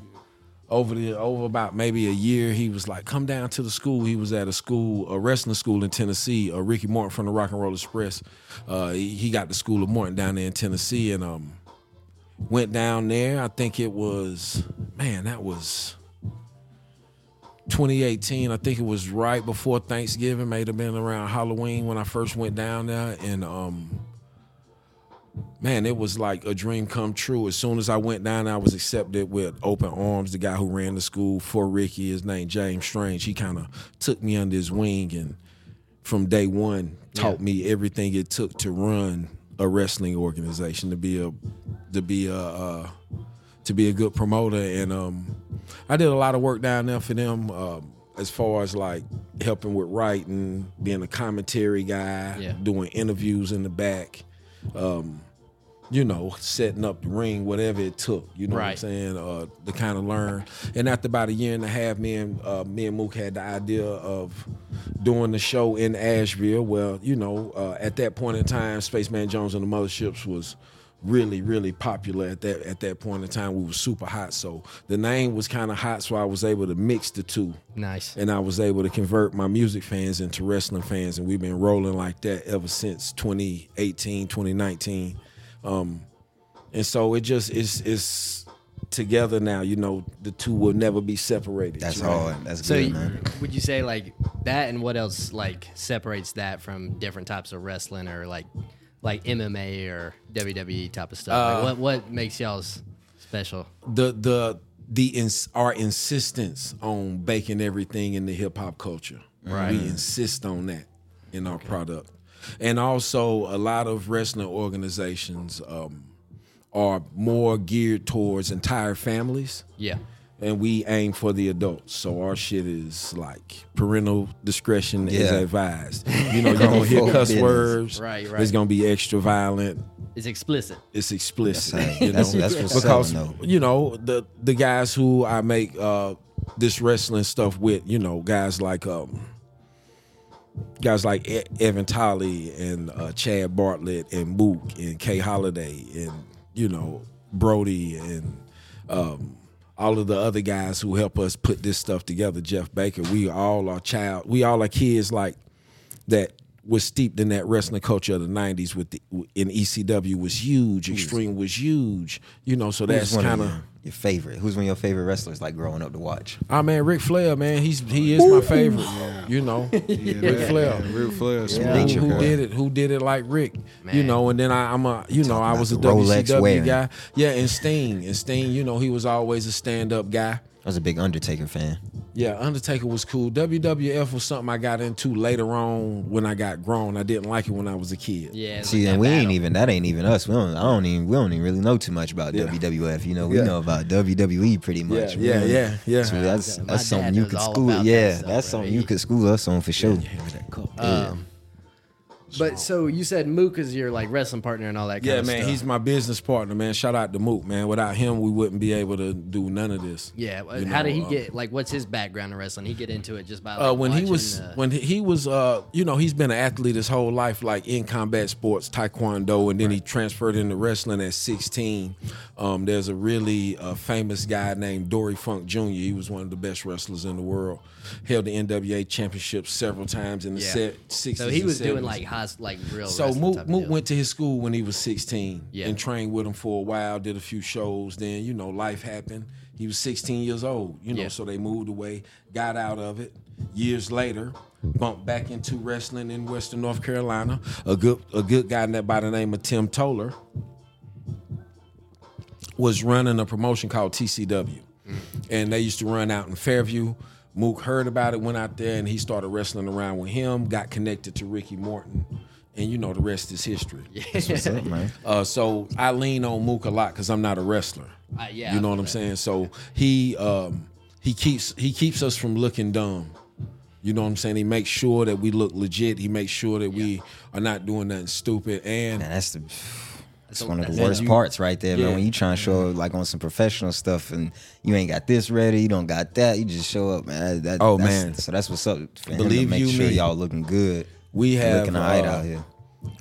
S5: over the over about maybe a year, he was like, "Come down to the school." He was at a school, a wrestling school in Tennessee. Uh, Ricky Morton from the Rock and Roll Express. Uh, he, he got the school of Morton down there in Tennessee, and um, went down there. I think it was man, that was. 2018, I think it was right before Thanksgiving, may have been around Halloween when I first went down there. And um, man, it was like a dream come true. As soon as I went down, I was accepted with open arms. The guy who ran the school for Ricky, his name James Strange, he kind of took me under his wing and from day one taught me everything it took to run a wrestling organization, to be a to be a uh, to be a good promoter. And um, I did a lot of work down there for them. Um, as far as like helping with writing, being a commentary guy,
S4: Yeah.
S5: doing interviews in the back, um, you know, setting up the ring, whatever it took. You know
S4: Right.
S5: what I'm saying? Uh, to kind of learn. And after about a year and a half, me and uh, me and Mook had the idea of doing the show in Asheville. Well, you know, uh, at that point in time, Spaceman Jones and the Motherships was really really popular at that at that point in time we were super hot so the name was kind of hot so i was able to mix the two
S4: Nice.
S5: and I was able to convert my music fans into wrestling fans, and we've been rolling like that ever since 2018, 2019. Um, and so it just it's it's together now. You know, the two will never be separated.
S1: That's
S5: right?
S1: hard. Oh, That's
S4: So,
S1: good,
S4: y-
S1: man.
S4: would you say like that, and what else like separates that from different types of wrestling or like like MMA or WWE type of stuff? Like, what what makes y'all's special?
S5: The the the ins- our insistence on baking everything in the hip hop culture. Right. We insist on that in our product, and also a lot of wrestling organizations. Um, are more geared towards entire families.
S4: Yeah.
S5: and we aim for the adults. So our shit is like parental discretion is
S1: Yeah.
S5: advised. You know, you're gonna hear
S1: Full
S5: cuss
S1: business.
S5: words.
S4: Right,
S5: It's
S4: right.
S5: gonna be extra violent.
S4: It's explicit.
S5: It's explicit.
S1: That's-
S5: you know?
S1: that's- that's what's
S5: because
S1: selling, though.
S5: you know the the guys who I make uh, this wrestling stuff with. You know, guys like um, guys like e- Evan Tolley and uh, Chad Bartlett and Mook and Kay Holiday and you know Brody and um, all of the other guys who help us put this stuff together. Jeff Baker. We all are child. We all are kids like that was steeped in that wrestling culture of the '90s. With the, in ECW was huge. Extreme was huge. You know, so that's
S1: Who's one
S5: kind of.
S1: your, your favorite. Who's one of your favorite wrestlers? Like growing up to watch.
S5: I Ah, man, Ric Flair, man, he's he is my favorite. Man. You know, Ric Flair.
S2: Real flair,
S5: Who-
S1: Nature
S5: who,
S1: boy.
S5: did it? Who did it like Rick? You
S4: Man.
S5: know, and then I, I'm a, you know, I
S1: about
S5: was a
S1: the Rolex
S5: WCW
S1: wearing.
S5: guy. Yeah, and Sting, and Sting, you know, he was always a stand up guy.
S1: I was a big Undertaker fan.
S5: Yeah, Undertaker was cool. WWF was something I got into later on when I got grown. I didn't like it when I was a kid.
S4: Yeah. it's
S1: See,
S4: like
S1: and
S4: that
S1: we ain't
S4: battle.
S1: even that ain't even us. We don't. I don't even. We don't even really know too much about WWF. You know, we
S5: Yeah.
S1: know about WWE pretty
S5: Yeah,
S1: much. We
S5: yeah,
S1: don't-
S5: yeah, yeah.
S1: So that's
S4: Yeah, my
S1: that's something
S4: dad
S1: you
S4: knows
S1: could
S4: all
S1: school.
S4: about that
S1: yeah,
S4: stuff,
S1: that's something
S4: right?
S1: you could school us on for sure.
S4: But so you said Mook is your like wrestling partner and all that. Kind
S5: Yeah,
S4: of
S5: man,
S4: stuff.
S5: he's my business partner, man. Shout out to Mook, man. Without him, we wouldn't be able to do none of this.
S4: Yeah, well,
S5: You
S4: how
S5: know,
S4: did he
S5: uh,
S4: get like? What's his background in wrestling? He get into it just by like,
S5: uh, when he
S4: watching,
S5: was
S4: uh,
S5: when he- he was uh, you know he's been an athlete his whole life like in combat sports taekwondo and then he transferred into wrestling at 16 um, there's a really uh, famous guy named dory funk jr he was one of the best wrestlers in the world held the nwa championship several times in the
S4: Yeah.
S5: set 60s
S4: so he
S5: and
S4: was doing
S5: 70s.
S4: like high like real.
S5: So
S4: wrestling type
S5: Mook,
S4: of
S5: Mook
S4: deal.
S5: went to his school when he was 16
S4: Yeah.
S5: and trained with him for a while, did a few shows. Then, you know, life happened. He was 16 years old, you know,
S4: Yeah.
S5: so they moved away, got out of it. Years later, bumped back into wrestling in Western North Carolina. A good a good guy na- by the name of Tim Toller was running a promotion called TCW. And they used to run out in Fairview. Mook heard about it, went out there, and he started wrestling around with him, got connected to Ricky Morton. And you know, the rest is history.
S1: What's up, man?
S5: Uh, so I lean on Mook a lot because I'm not a wrestler.
S4: Uh, yeah,
S5: you
S4: I
S5: know
S4: feel
S5: what I'm
S4: that.
S5: saying. So he um, he keeps he keeps us from looking dumb. You know what I'm saying. He makes sure that we look legit. He makes sure that we are not doing nothing stupid. And
S1: Man, that's the. That's one of the
S4: that's- Mm-hmm.
S1: worst
S5: you-
S1: parts right there,
S5: Yeah.
S1: man. When you trying to show up like on some professional stuff and you ain't got this ready, you don't got that, you just show up, man. That, that-
S5: Oh,
S1: that's-
S5: man.
S1: so that's what's up. For him to
S5: Believe
S1: make
S5: you
S1: sure
S5: me,
S1: y'all looking good,
S5: we
S1: and
S5: have
S1: looking alright
S5: uh,
S1: out here.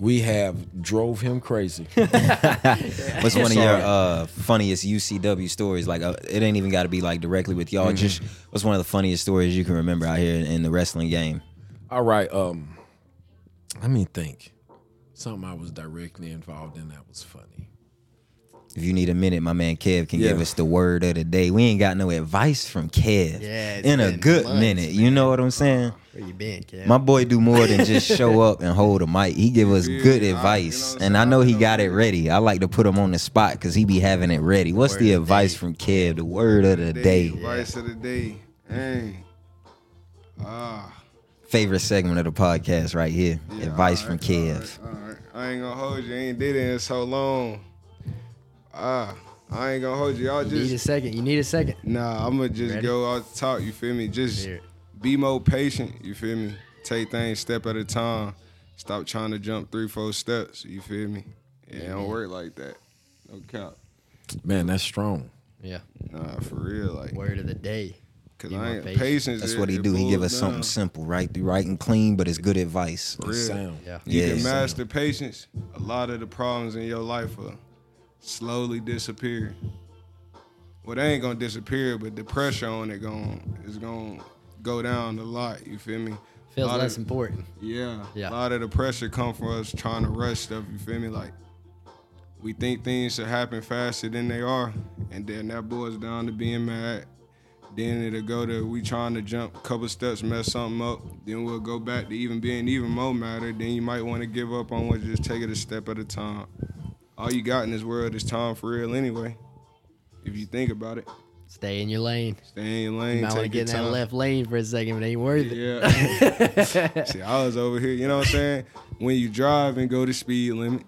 S5: we have drove him crazy.
S1: What's one of your
S5: Sorry.
S1: uh, funniest UCW stories? Like, uh, it ain't even got to be like directly with y'all. Just what's one of the funniest stories you can remember out here in, in the wrestling game?
S5: All right. Um, let me think. Something I was directly involved in that was funny.
S1: If you need a minute, my man Kev can give
S5: Yeah.
S1: us the word of the day. We ain't got no advice from Kev
S4: Yeah, it's
S1: in a
S4: been
S1: good
S4: months,
S1: minute. You know what I'm saying?
S4: Where you been, kid?
S1: My boy do more than just show up and hold a mic. He give us good
S2: I-
S1: advice,
S2: you know,
S1: and I
S2: so
S1: know
S2: I
S1: he
S2: know.
S1: got it ready. I like to put him on the spot because he be having it ready. What's the
S4: of the
S1: advice
S4: day.
S1: from Kev? The word of the day.
S2: Advice of the day. Hey. Ah.
S1: Favorite segment of the podcast right here.
S2: Yeah,
S1: advice from
S2: all right,
S1: Kev.
S2: All right, all right. I ain't gonna hold you. I ain't did it in so long. Ah, I ain't gonna hold you. Y'all
S4: you need a
S2: just
S4: second. You need a second.
S2: nah. I'm gonna just
S4: Ready?
S2: go off the top. You feel me? Just
S4: Here.
S2: be more patient. You feel me? Take things step at a time. Stop trying to jump three, four steps. You feel me? It don't work like that. No cap.
S5: Man, that's strong.
S4: Yeah.
S2: Nah, for real. Like,
S4: Word of the day.
S2: cause
S4: Be more
S2: I ain't
S4: patient.
S2: patience.
S1: That's
S2: it-
S1: what he
S2: it
S1: do. He give
S2: boils
S1: us something
S2: down.
S1: simple, right? Right and clean, but it's good advice.
S2: For real.
S5: Sound.
S4: Yeah.
S2: You
S1: Yeah,
S2: can
S1: it's, uh,
S2: master patience. A lot of the problems in your life will slowly disappear. Well, they ain't gonna disappear, but the pressure on it gon' is gonna go down a lot. You feel me?
S4: Feels
S2: Lot of-
S4: less important.
S2: Yeah.
S4: Yeah.
S2: A lot of the pressure come from us trying to rush stuff. You feel me? Like we think things should happen faster than they are, and then that boils down to being mad. Then it'll go to we trying to jump a couple steps, mess something up. Then we'll go back to even being even more madder. Then you might want to give up on what. Just take it a step at a time. All you got in this world is time for real, anyway. If you think about it,
S4: Stay in your lane.
S2: stay in your
S4: You
S2: lane.
S4: might want to
S2: take your
S4: get in that
S2: time.
S4: left lane for a second, but it ain't worth it.
S2: Yeah. See, I was over here, you know what I'm saying? When you drive and go the speed limit,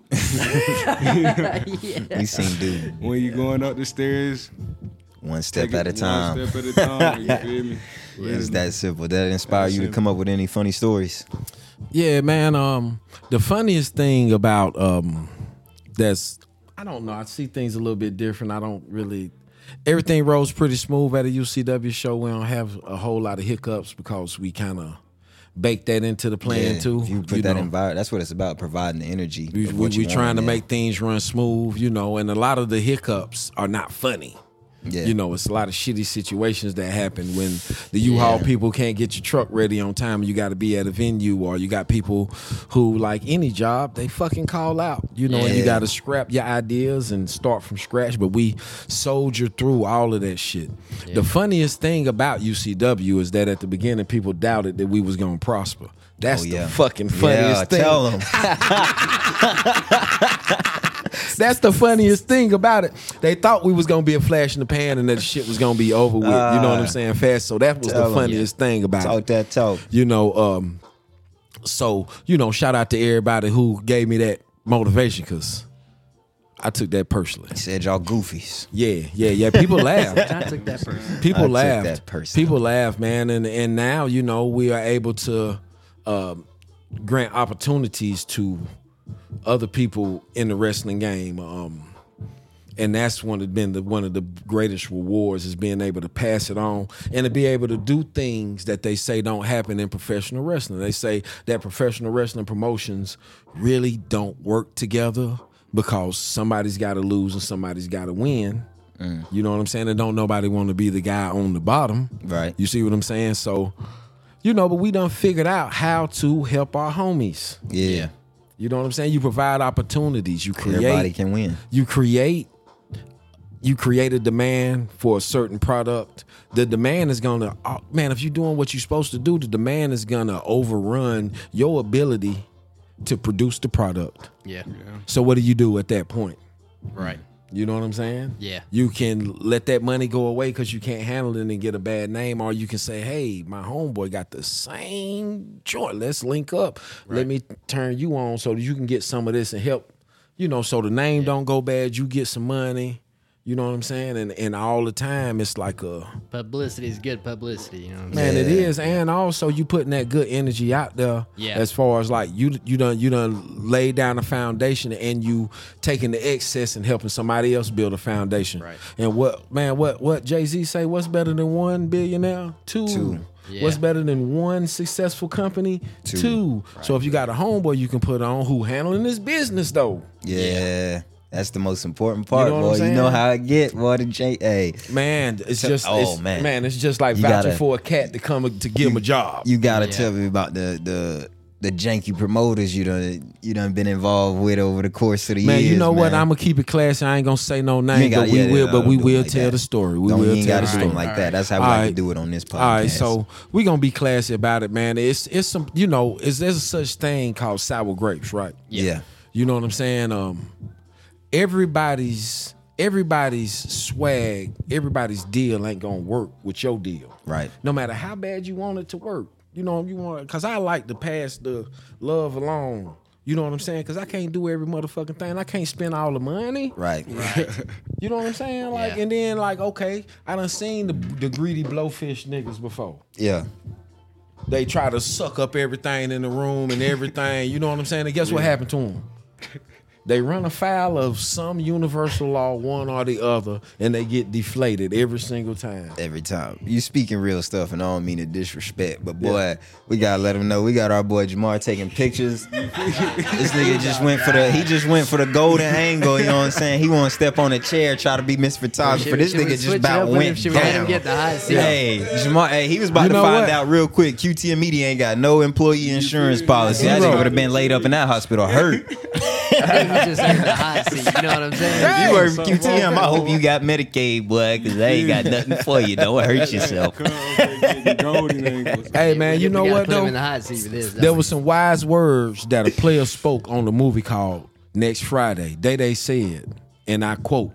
S1: We seen dude
S2: when you going up the stairs,
S1: one step
S2: take it
S1: at a
S2: one
S1: time.
S2: Step at a time, you feel me?
S1: It's that simple. That inspire
S2: That's
S1: you to
S2: simple.
S1: come up with any funny stories.
S5: Yeah, man. Um, the funniest thing about um, that's I don't know. I see things a little bit different. I don't really. Everything rolls pretty smooth at a UCW show. We don't have a whole lot of hiccups because we kind of bake that into the plan
S1: Yeah,
S5: too.
S1: if you put that
S5: know.
S1: environment. That's what it's about. Providing the energy.
S5: We,
S1: of
S5: we,
S1: what
S5: we
S1: you want,
S5: trying to
S1: yeah.
S5: make things run smooth, you know, and a lot of the hiccups are not funny.
S1: Yeah.
S5: You know, it's a lot of shitty situations that happen when the U-Haul
S1: Yeah.
S5: people can't get your truck ready on time. You got to be at a venue, or you got people who, like any job, they fucking call out. You know, and you
S1: Yeah.
S5: got to scrap your ideas and start from scratch. But we soldier through all of that shit. The funniest thing about UCW is that at the beginning, people doubted that we was gonna prosper. That's
S1: Oh, yeah.
S5: the fucking funniest
S1: yeah,
S5: thing.
S1: Tell them.
S5: That's the funniest thing about it. They thought we was gonna be a flash in the pan and that shit was gonna be over with. you know what I'm saying? Fast. So that was the
S1: Ah. Tell 'em.
S5: funniest thing about
S1: talk
S5: it.
S1: that talk.
S5: You know, um, so you know, shout out to everybody who gave me that motivation because I took that personally.
S1: Said y'all goofies.
S5: Yeah, yeah, yeah. People laughed.
S4: I took that person.
S5: People
S1: I took
S5: laughed.
S1: that personally.
S5: People laughed, man. And and now you know we are able to um, grant opportunities to other people in the wrestling game. Um, and that's one of been the one of the greatest rewards is being able to pass it on and to be able to do things that they say don't happen in professional wrestling. They say that professional wrestling promotions really don't work together because somebody's got to lose and somebody's got to win. You know what I'm saying? And don't nobody want to be the guy on the bottom.
S1: Right.
S5: You see what I'm saying? So, you know, but we done figured out how to help our homies.
S1: Yeah.
S5: You know what I'm saying? You provide opportunities. You create
S1: Everybody can win.
S5: you create you create a demand for a certain product the demand is gonna oh, man if you're doing what you're supposed to do the demand is gonna overrun your ability to produce the product
S4: Yeah.
S5: so what do you do at that point
S4: Right.
S5: you know what i'm saying
S4: Yeah.
S5: you can let that money go away because you can't handle it and get a bad name or you can say hey my homeboy got the same joint let's link up let me turn you on so that you can get some of this and help you know so the name don't go bad you get some money you know what i'm saying and and all the time it's like a
S4: Publicity is good publicity. You know what I'm saying?
S5: Man, it
S1: Yeah.
S5: is, and also you putting that good energy out there.
S4: Yeah.
S5: As far as like you, you done, you done laid down a foundation, and you taking the excess and helping somebody else build a foundation.
S4: Right.
S5: And what, man, what, what Jay Z say? What's better than one billionaire? Two.
S1: Two.
S5: What's
S4: Yeah.
S5: better than one successful company? Two. So if you got a homeboy you can put on who handling this business though.
S1: Yeah. That's the most important part,
S5: know what I'm
S1: boy. You
S5: saying?
S1: know how it get, boy. The J. Hey,
S5: Man, it's
S1: So-
S5: just,
S1: oh,
S5: it's, man.
S1: man.
S5: it's just like
S1: You
S5: vouching
S1: gotta-
S5: for a cat to come to give him a job.
S1: you gotta
S4: Yeah.
S1: tell me about the the the janky promoters you done you done been involved with over the course of the
S5: Man,
S1: years.
S5: you know what?
S1: man.
S5: I'm gonna keep it classy. I ain't gonna say no
S1: You
S5: name,
S1: ain't gotta-
S5: but we
S1: yeah, yeah,
S5: will.
S1: no,
S5: but
S1: don't
S5: we
S1: do it
S5: will
S1: like
S5: tell
S1: that.
S5: the story. We
S1: Don't- you
S5: will
S1: ain't
S5: tell
S1: gotta
S5: the
S1: do
S5: story.
S1: them like that. That's how we
S5: All
S1: like to
S5: right.
S1: do it on this podcast.
S5: All right, so we gonna be classy about it, man. It's it's some you know, is there's such thing called sour grapes, right?
S1: yeah,
S5: You know what I'm saying? Um, everybody's everybody's swag, everybody's deal ain't gonna work with your deal,
S1: Right.
S5: No matter how bad you want it to work, you know you want because I like to pass the love along. You know what I'm saying? Because I can't do every motherfucking thing. I can't spend all the money.
S1: right.
S5: You know what I'm saying? Like,
S4: Yeah.
S5: and then like, okay, I done seen the the greedy blowfish niggas before.
S1: Yeah,
S5: They try to suck up everything in the room and everything. You know what I'm saying? And guess what happened to them? They run afoul of some universal law, one or the other, and they get deflated every single time.
S1: every time. You speaking real stuff, and I don't mean to disrespect, but boy, we gotta let him know. We got our boy Jamar taking pictures. this nigga just went for the he just went for the golden angle. You know what I'm saying? He want to step on a chair, try to be Miss Photographer.
S4: Should we-
S1: this
S4: should we
S1: nigga just
S4: switch it up
S1: about
S4: with him?
S1: went
S4: Should we
S1: down.
S4: let him get the hot seat?
S1: Hey, Jamar, hey, he was about
S5: You
S1: to
S5: know
S1: find
S5: what?
S1: out real quick. QTM Media ain't got no employee insurance policy. That nigga
S5: Zero.
S1: would have been laid up in that hospital hurt.
S4: I think we just had the hot seat. You know what I'm saying?
S1: you were QTM. I hope you got Medicaid, boy, because they ain't got nothing for you. Don't hurt yourself.
S2: Come over here getting golden angles.
S5: Hey man, you
S4: We
S5: know
S4: gotta
S5: what
S4: put him
S5: though?
S4: in the hot seat with this.
S5: There was some wise words that a player spoke on the movie called Next Friday. Day they said, and I quote,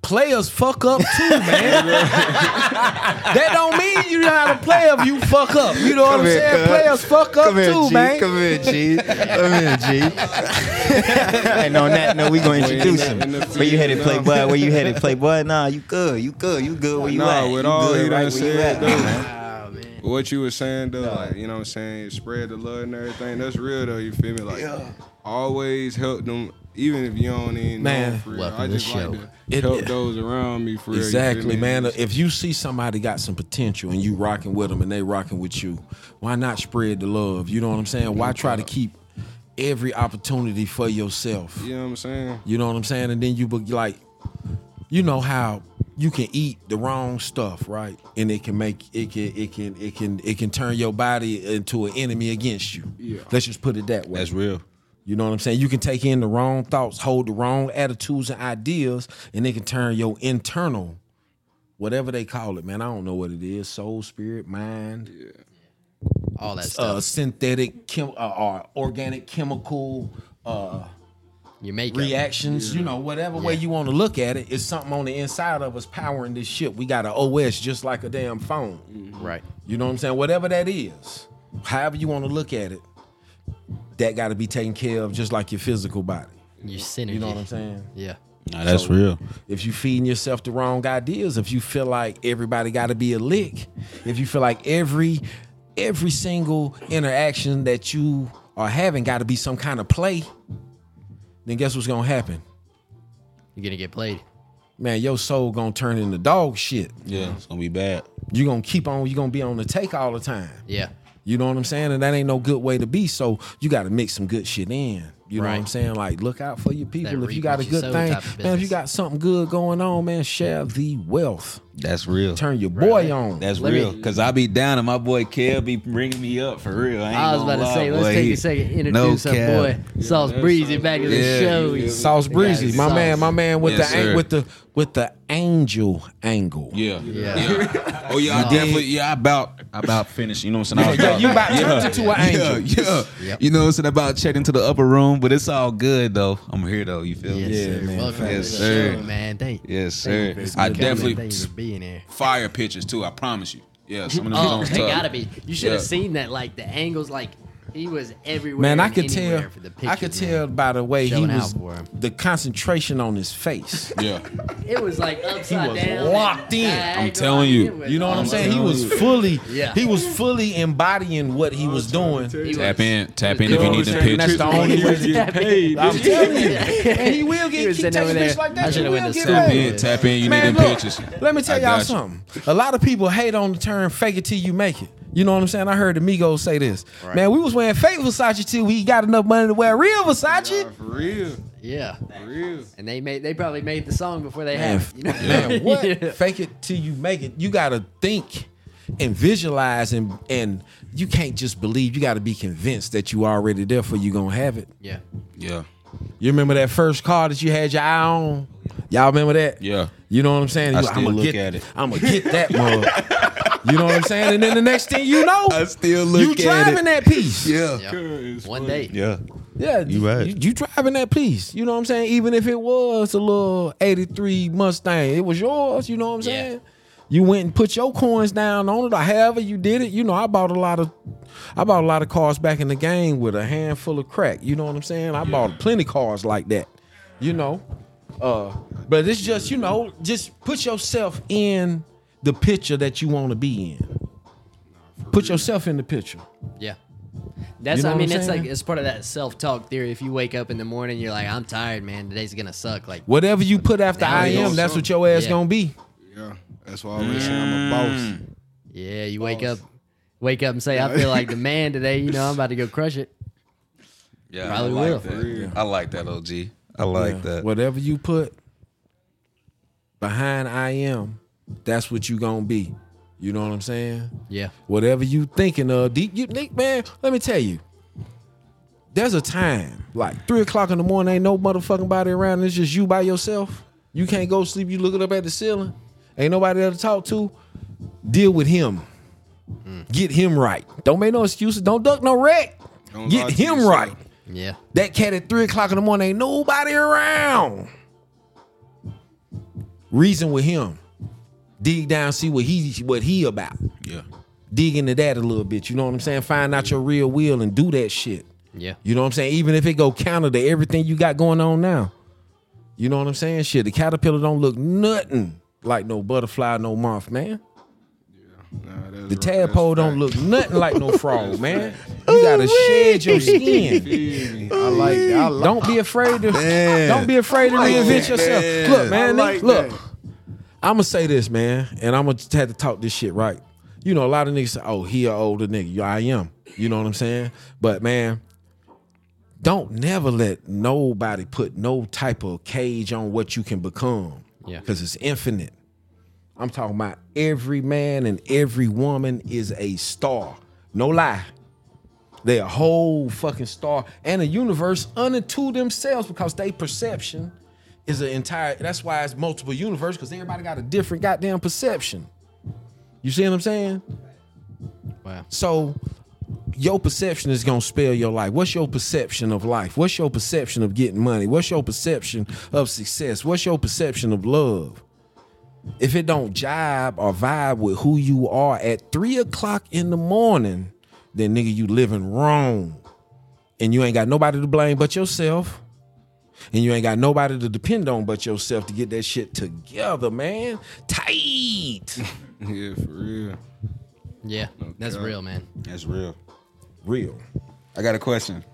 S5: Players fuck up too, man. that don't mean you're not a player if you fuck up. You know what I'm
S1: here,
S5: saying?
S1: cuz.
S5: Players fuck up
S1: Come here,
S5: too,
S1: G.
S5: man.
S1: Come here, G. Come here, G. and on that note, we gonna introduce him. Where you headed, Playboy? Where you headed, Playboy? Nah, you good. You good. You good. Where you at?
S2: Nah, with
S1: you
S2: all he
S1: good,
S2: done
S1: right where you
S2: said,
S1: at,
S2: though.
S1: man.
S2: What you was saying though, like you know what I'm saying, spread the love and everything. That's real though, you feel me? Like always help them even if you don't even know
S5: Man.
S2: them for real.
S4: Welcome
S2: I
S4: to
S2: just
S4: the
S2: like
S4: show.
S2: to
S5: It-
S2: help those around me for real. you feel
S5: Exactly,
S2: me?
S5: man. If you see somebody got some potential and you rocking with them and they rocking with you, why not spread the love? You know what I'm saying? Why try to keep every opportunity for yourself?
S2: You know what I'm saying?
S5: You know what I'm saying? And then you be like, you know how you can eat the wrong stuff, right? And it can make it can it can it can it can turn your body into an enemy against you. Yeah. Let's just put it that way.
S3: real.
S5: You know what I'm saying? You can take in the wrong thoughts, hold the wrong attitudes and ideas, and they can turn your internal, whatever they call it, man. I don't know what it is, soul, spirit, mind,
S4: all that
S5: uh,
S4: stuff.
S5: synthetic, chem- uh, uh, organic, chemical. Uh,
S4: Your makeup.
S5: reactions, you know, whatever way you want to look at it, it's something on the inside of us powering this ship. We got an OS just like a damn phone.
S4: Right.
S5: You know what I'm saying? Whatever that is, however you want to look at it, that got to be taken care of just like your physical body.
S4: Your synergy.
S5: You know what I'm saying?
S4: Yeah.
S3: Nah, that's real.
S5: If you feeding yourself the wrong ideas, if you feel like everybody got to be a lick, if you feel like every every single interaction that you are having got to be some kind of play, then guess what's gonna happen?
S4: You're gonna get played.
S5: man, your soul gonna turn into dog shit.
S3: Yeah, it's gonna be bad.
S5: You gonna keep on, you gonna be on the take all the time.
S4: Yeah.
S5: You know what I'm saying? And that ain't no good way to be. So you gotta mix some good shit in. You know what I'm
S4: Right.
S5: saying? Like look out for your people. if
S4: reap
S5: you got a
S4: what you
S5: good
S4: sow
S5: thing,
S4: type of
S5: man, if you
S4: business.
S5: got something good going on, man, share the wealth.
S3: That's real.
S5: Turn your boy on.
S3: That's
S4: Let me-
S3: real. Cause I be down and my boy Kev be bringing me up for real. I, ain't
S4: I was
S3: gonna
S4: about to
S3: lie,
S4: say, let's
S3: boy.
S4: take
S3: He-
S4: a second to
S3: no
S4: introduce our
S3: cap.
S4: boy Sauce Breezy back to the
S3: Yeah,
S4: show.
S3: yeah.
S5: Sauce Breezy,
S4: Yeah,
S5: my
S4: Sauce.
S5: man, my man with
S3: Yes,
S5: the an-
S3: sir.
S5: with the with the angel angle.
S3: Yeah.
S4: Yeah.
S3: Oh yeah, I
S4: Nah.
S3: definitely. Yeah, I about I about finished. You know what I'm saying? I was
S5: Yeah, you about turned into an
S3: yeah,
S5: angel.
S3: yeah. You know what I'm saying? About checking to the upper room, but it's all good though. I'm here though. You feel
S4: Yes,
S3: me?
S4: sir.
S5: man.
S4: Welcome
S3: Yes,
S4: to the
S3: sir.
S4: show, man. Thank
S3: Yes,
S4: thank
S3: sir.
S4: you for
S3: I
S4: coming.
S3: definitely
S4: Thank you for being here.
S3: fire pictures too. I promise you. Yeah, some of them
S7: Uh-huh.
S4: Oh,
S3: songs
S4: they
S3: tough.
S4: gotta be. You should have
S3: Yeah.
S4: seen that. Like the angles, like he was everywhere.
S5: Man, I
S4: and
S5: could tell.
S4: anywhere For the picture,
S5: I could tell by the way
S4: Showing
S5: he was
S4: out for him.
S5: the concentration on his face.
S3: Yeah.
S4: It was like upside
S5: was
S4: down.
S5: locked in.
S4: Yeah,
S3: I'm
S4: it
S3: telling
S4: was-
S3: you.
S4: it was
S5: You know what I'm
S4: all
S5: saying? He
S4: over.
S5: was fully,
S4: um, Yeah.
S5: he was fully embodying what he was doing.
S4: He
S3: Tap
S4: was-
S3: in, tap
S4: he
S3: in
S4: was
S3: if you
S4: good.
S3: need
S5: That's
S3: the
S5: the
S3: pictures.
S5: only
S2: You
S5: way-
S2: was getting paid.
S5: I'm telling you, and he will
S4: He
S5: get
S4: was
S5: he
S4: sitting over
S5: takes
S4: there.
S5: bitch like
S4: I
S5: that. He
S4: should have went
S5: will
S4: to
S5: get
S4: school.
S3: Tap
S5: paid.
S3: in, tap in. You
S5: Man,
S3: need them
S5: look,
S3: pictures.
S5: Let me tell
S3: I
S5: y'all
S3: got you.
S5: something. A lot of people hate on the term fake it till you make it. You know what I'm saying? I heard the Migos say this. Man, we was wearing fake Versace till we got enough money to wear real Versace.
S2: For real.
S4: Yeah,
S2: For real.
S4: and they made they probably made the song before they
S5: Man,
S4: had. it, You know?
S5: man, what?
S4: Yeah.
S5: Fake it till you make it. You gotta think and visualize and and you can't just believe. You gotta be convinced that you already there for you gonna have it.
S4: Yeah.
S3: Yeah.
S5: You remember that first car that you had your eye on? Y'all remember that?
S3: Yeah.
S5: You know what I'm saying?
S3: I
S5: You like,
S3: still
S5: I'ma
S3: look
S5: get,
S3: at it.
S5: I'ma get that mug. you know what I'm saying? And then the next thing you know,
S3: I still look
S5: you
S3: at
S5: driving
S3: it.
S5: that piece.
S3: Yeah.
S4: Yeah.
S2: Cuz,
S4: One
S2: fuck.
S4: day.
S3: Yeah.
S5: Yeah, you,
S3: right.
S5: you, you driving that piece. You know what I'm saying? Even if it was a little 83 Mustang, it was yours. You know what I'm
S4: Yeah.
S5: saying? You went and put your coins down on it, or however you did it. You know, I bought a lot of, I bought a lot of cars back in the game with a handful of crack. You know what I'm saying? I bought plenty cars like that. You know, uh, but it's just you know, just put yourself in the picture that you want to be in.
S2: For
S5: Put yourself in the picture.
S4: Yeah. That's
S5: You know
S4: I
S5: what
S4: mean,
S5: I'm
S4: it's
S5: saying?
S4: like it's part of that self talk theory. If you wake up in the morning, you're like, I'm tired, man, today's gonna suck. Like
S5: Whatever you put after
S4: Now
S5: I
S4: you know
S5: am, that's what your ass
S4: Yeah.
S5: gonna be.
S2: Yeah, that's why I always say I'm a boss.
S4: yeah, you wake up wake up and say, I feel like the man today, you know, I'm about to go crush it.
S8: Yeah,
S4: Probably
S8: I like
S4: will.
S8: that. I like that, OG. I like
S5: Yeah.
S8: that.
S5: Whatever you put behind I am, that's what you gonna be. You know what I'm saying?
S4: Yeah.
S5: Whatever you thinking of, deep you think, man, let me tell you. There's a time, like three o'clock in the morning, ain't no motherfucking body around. It's just you by yourself. You can't go sleep. You looking up at the ceiling. Ain't nobody there to talk to. Deal with him.
S2: Mm.
S5: Get him right. Don't make no excuses. Don't duck no wreck.
S2: Don't lie
S5: Get
S2: to
S5: him
S2: yourself.
S5: right.
S4: Yeah.
S5: That cat at three o'clock in the morning ain't nobody around. Reason with him. Dig down, see what he what he about.
S8: Yeah.
S5: Dig into that a little bit. You know what I'm saying? Find out your real will and do that shit.
S4: Yeah.
S5: You know what I'm saying? Even if it go counter to everything you got going on now. You know what I'm saying? Shit, the caterpillar don't look nothing like no butterfly, no moth, man.
S2: Nah, that's
S5: The
S2: right.
S5: tadpole
S2: That's
S5: don't
S2: fact.
S5: look nothing like no frog, man. You gotta shed your skin.
S2: Feel me? I like that. I like
S5: Don't be afraid to don't be afraid to reinvent yourself.
S8: man.
S5: Look, man,
S2: I like
S5: nigga, look.
S2: that.
S5: I'ma say this, man, and I'ma just have to talk this shit right. You know, a lot of niggas say, oh, he a older nigga. Yeah, I am. You know what I'm saying? But man, don't never let nobody put no type of cage on what you can become.
S4: Yeah.
S5: Because it's infinite. I'm talking about every man and every woman is a star. No lie. They a whole fucking star and a universe unto themselves because they perception is an entire. That's why it's multiple universe because everybody got a different goddamn perception. You see what I'm saying?
S4: Wow.
S5: So your perception is gonna spell your life. What's your perception of life? What's your perception of getting money? What's your perception of success? What's your perception of love? If it don't jibe or vibe with who you are at three o'clock in the morning, then nigga, you living wrong. And you ain't got nobody to blame but yourself. And you ain't got nobody to depend on but yourself to get that shit together, man. Tight.
S2: Yeah, for real.
S4: Yeah. That's
S2: Okay.
S4: real, man.
S8: That's real.
S5: Real.
S8: I got a question.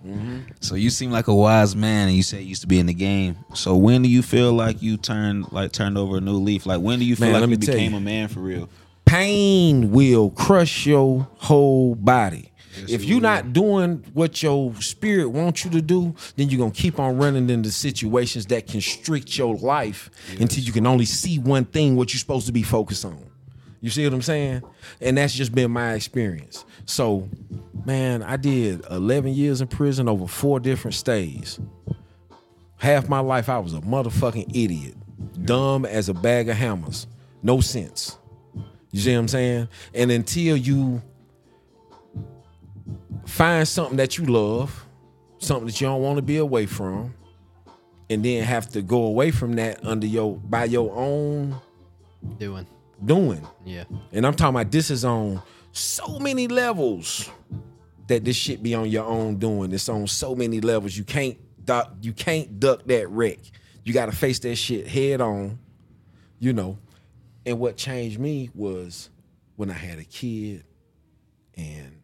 S8: So you seem like a wise man, and you say you used to be in the game. So when do you feel like you turned like turned over a new leaf? Like when do you feel
S5: Man,
S8: like
S5: let
S8: you
S5: me tell
S8: became
S5: you.
S8: a man for real?
S5: pain will crush your whole body. if you're not doing what your spirit wants you to do, then you're gonna keep on running into situations that constrict your life until you can only see one thing what you're supposed to be focused on. You see what I'm saying? And that's just been my experience. So, man, I did 11 years in prison over four different stays. Half my life, I was a motherfucking idiot, dumb as a bag of hammers, no sense. You see what I'm saying? And until you find something that you love, something that you don't want to be away from, and then have to go away from that under your by your own
S4: Doing.
S5: doing.
S4: Yeah.
S5: And I'm talking about this is on so many levels that this shit be on your own doing. It's on so many levels. You can't duck, you can't duck that wreck. You gotta face that shit head on, you know. And what changed me was when I had a kid and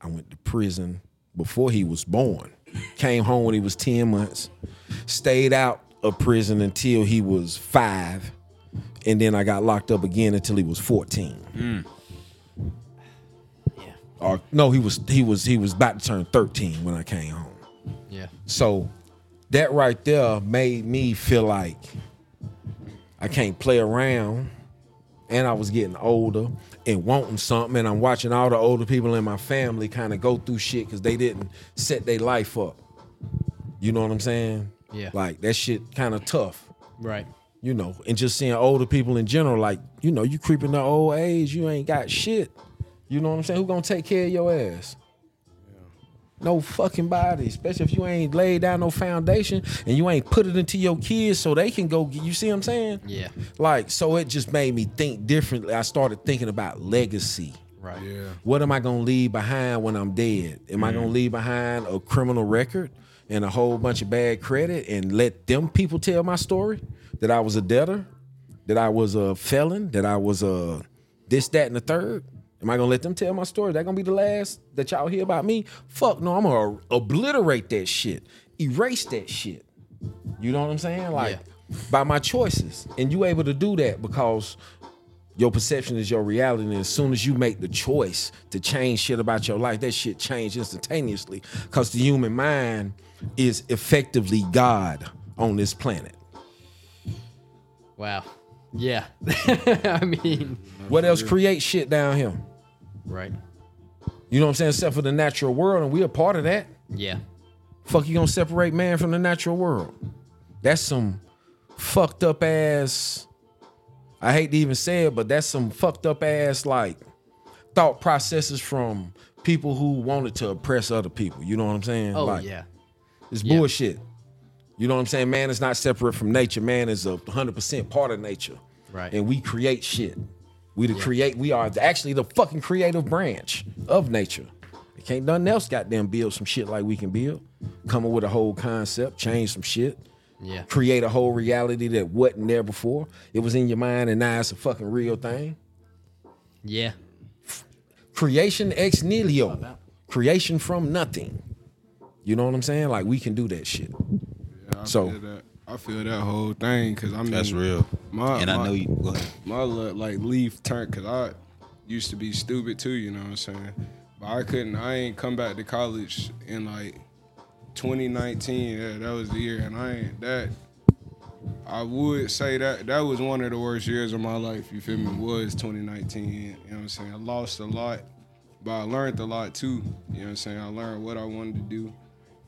S5: I went to prison before he was born. Came home when he was 10 months, stayed out of prison until he was five, and then I got locked up again until he was 14.
S4: Mm.
S5: Or no, he was he was he was about to turn 13 when I came home.
S4: Yeah.
S5: So that right there made me feel like I can't play around. And I was getting older and wanting something. And I'm watching all the older people in my family kind of go through shit because they didn't set their life up. You know what I'm saying?
S4: Yeah.
S5: Like that shit kind of tough
S4: Right.
S5: you know, and just seeing older people in general, like, you know, you creeping to old age, you ain't got shit. You know what I'm saying? Who gonna take care of your ass? No fucking body, especially if you ain't laid down no foundation and you ain't put it into your kids so they can go get you see what I'm saying?
S4: Yeah.
S5: Like, so it just made me think differently. I started thinking about legacy.
S4: Right.
S2: Yeah.
S5: What am I gonna leave behind when I'm dead? Am I gonna leave behind a criminal record and a whole bunch of bad credit and let them people tell my story that I was a debtor, that I was a felon, that I was a this, that, and the third? Am I gonna let them tell my story? That gonna be the last that y'all hear about me? Fuck no, I'm gonna obliterate that shit, erase that shit. You know what I'm saying? Like by my choices. And you able to do that because your perception is your reality. And as soon as you make the choice to change shit about your life, that shit change instantaneously. Cause the human mind is effectively God on this planet.
S4: Wow. Yeah. I mean,
S5: What else creates shit down here?
S4: right.
S5: You know what I'm saying? Except for the natural world, and we a part of that.
S4: Yeah.
S5: Fuck, you gonna separate man from the natural world? That's some fucked up ass. I hate to even say it, but that's some fucked up ass like thought processes from people who wanted to oppress other people. You know what I'm saying?
S4: Oh,
S5: like,
S4: yeah.
S5: It's
S4: Yeah.
S5: bullshit. You know what I'm saying? Man is not separate from nature. Man is a 100% part of nature.
S4: Right.
S5: And we create shit. We the create. We are actually the fucking creative branch of nature. It can't nothing else. Goddamn, build some shit like we can build. Come up with a whole concept, change some shit,
S4: Yeah.
S5: create a whole reality that wasn't there before. It was in your mind, and now it's a fucking real thing.
S4: Yeah.
S5: Creation ex nihilo, creation from nothing. You know what I'm saying? Like we can do that shit.
S2: Yeah, I
S5: So-
S2: feel that. I feel that whole thing because I mean
S8: That's real.
S2: My,
S8: and
S2: my-
S8: I know you. Go ahead.
S2: my le- like leaf turned because I used to be stupid too, you know what I'm saying? But I couldn't, I ain't come back to college in like 2019. Yeah, that was the year, and I ain't that. I would say that that was one of the worst years of my life. You feel me? Was 2019. You know what I'm saying? I lost a lot, but I learned a lot too. You know what I'm saying? I learned what I wanted to do.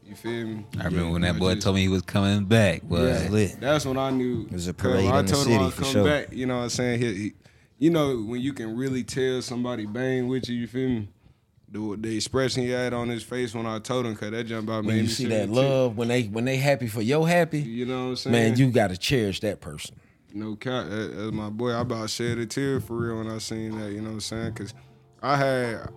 S2: You feel me?
S8: I remember when that boy told me he was coming back. Was
S5: Yeah.
S8: lit.
S2: That's when I knew. It
S1: was a parade in the city, for sure.
S2: back. You know what I'm saying? He, he- you know when you can really tell somebody bang with you. You feel me? The, the expression he had on his face when I told him, cause that jump out
S5: When
S2: made
S5: you
S2: me
S5: see
S2: serious,
S5: that love, when they when they happy for your happy,
S2: Too. You know what I'm saying?
S5: man, you gotta cherish that person.
S2: No cap. That, that's my boy. I about shed a tear for real when I seen that. You know what I'm saying? Cause I had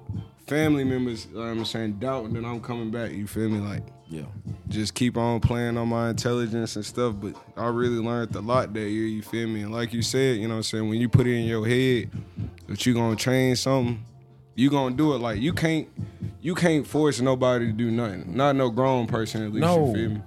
S2: family members. You know what I'm saying doubting that I'm coming back. You feel me? Like
S5: Yeah.
S2: just keep on playing on my intelligence and stuff. But I really learned a lot that year, you feel me? And like you said, you know what I'm saying, when you put it in your head that you gonna change something, you gonna do it. Like you can't you can't force nobody to do nothing. Not no grown person at least,
S5: No.
S2: you feel me?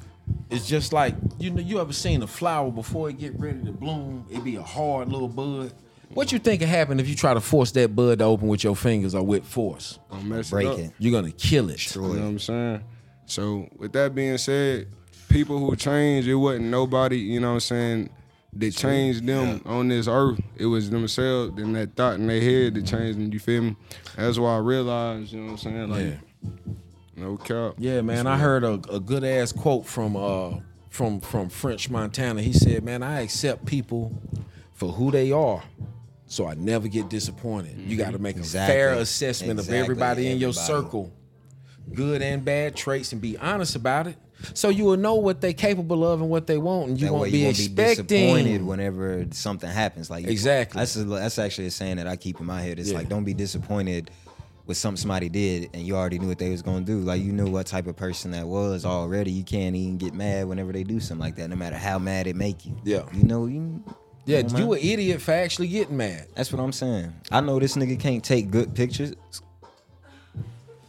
S5: It's just like you know you ever seen a flower before it get ready to bloom, it be a hard little bud. What you think will happen if you try to force that bud to open with your fingers or with force?
S2: Don't mess
S1: Break
S2: up.
S1: it.
S5: You're gonna kill it.
S2: You know what I'm saying? So with that being said, people who change, it wasn't nobody, you know what I'm saying, that changed them on this earth. It was themselves and that thought in their head that changed them, you feel me? That's why I realized, you know what I'm saying? Like no cap.
S5: Yeah, man. I heard a, a good ass quote from uh from from French Montana. He said, "Man, I accept people for who they are." So I never get disappointed. You got to make a
S1: Mm-hmm. Exactly.
S5: fair assessment
S1: Exactly.
S5: of everybody in your
S1: Everybody.
S5: circle, good and bad traits, and be honest about it. So you will know what they're capable of and what they want, and you
S1: that way
S5: won't
S1: you
S5: be
S1: won't
S5: expecting.
S1: be disappointed whenever something happens. Like
S5: Exactly.
S1: that's a, that's actually a saying that I keep in my head. It's
S5: Yeah.
S1: like don't be disappointed with something somebody did and you already knew what they was gonna do. Like you knew what type of person that was already. You can't even get mad whenever they do something like that, no matter how mad it make you.
S5: Yeah.
S1: you know you.
S5: yeah,
S1: come on,
S5: you
S1: man.
S5: an idiot for actually getting mad.
S1: That's what I'm saying. I know this nigga can't take good pictures,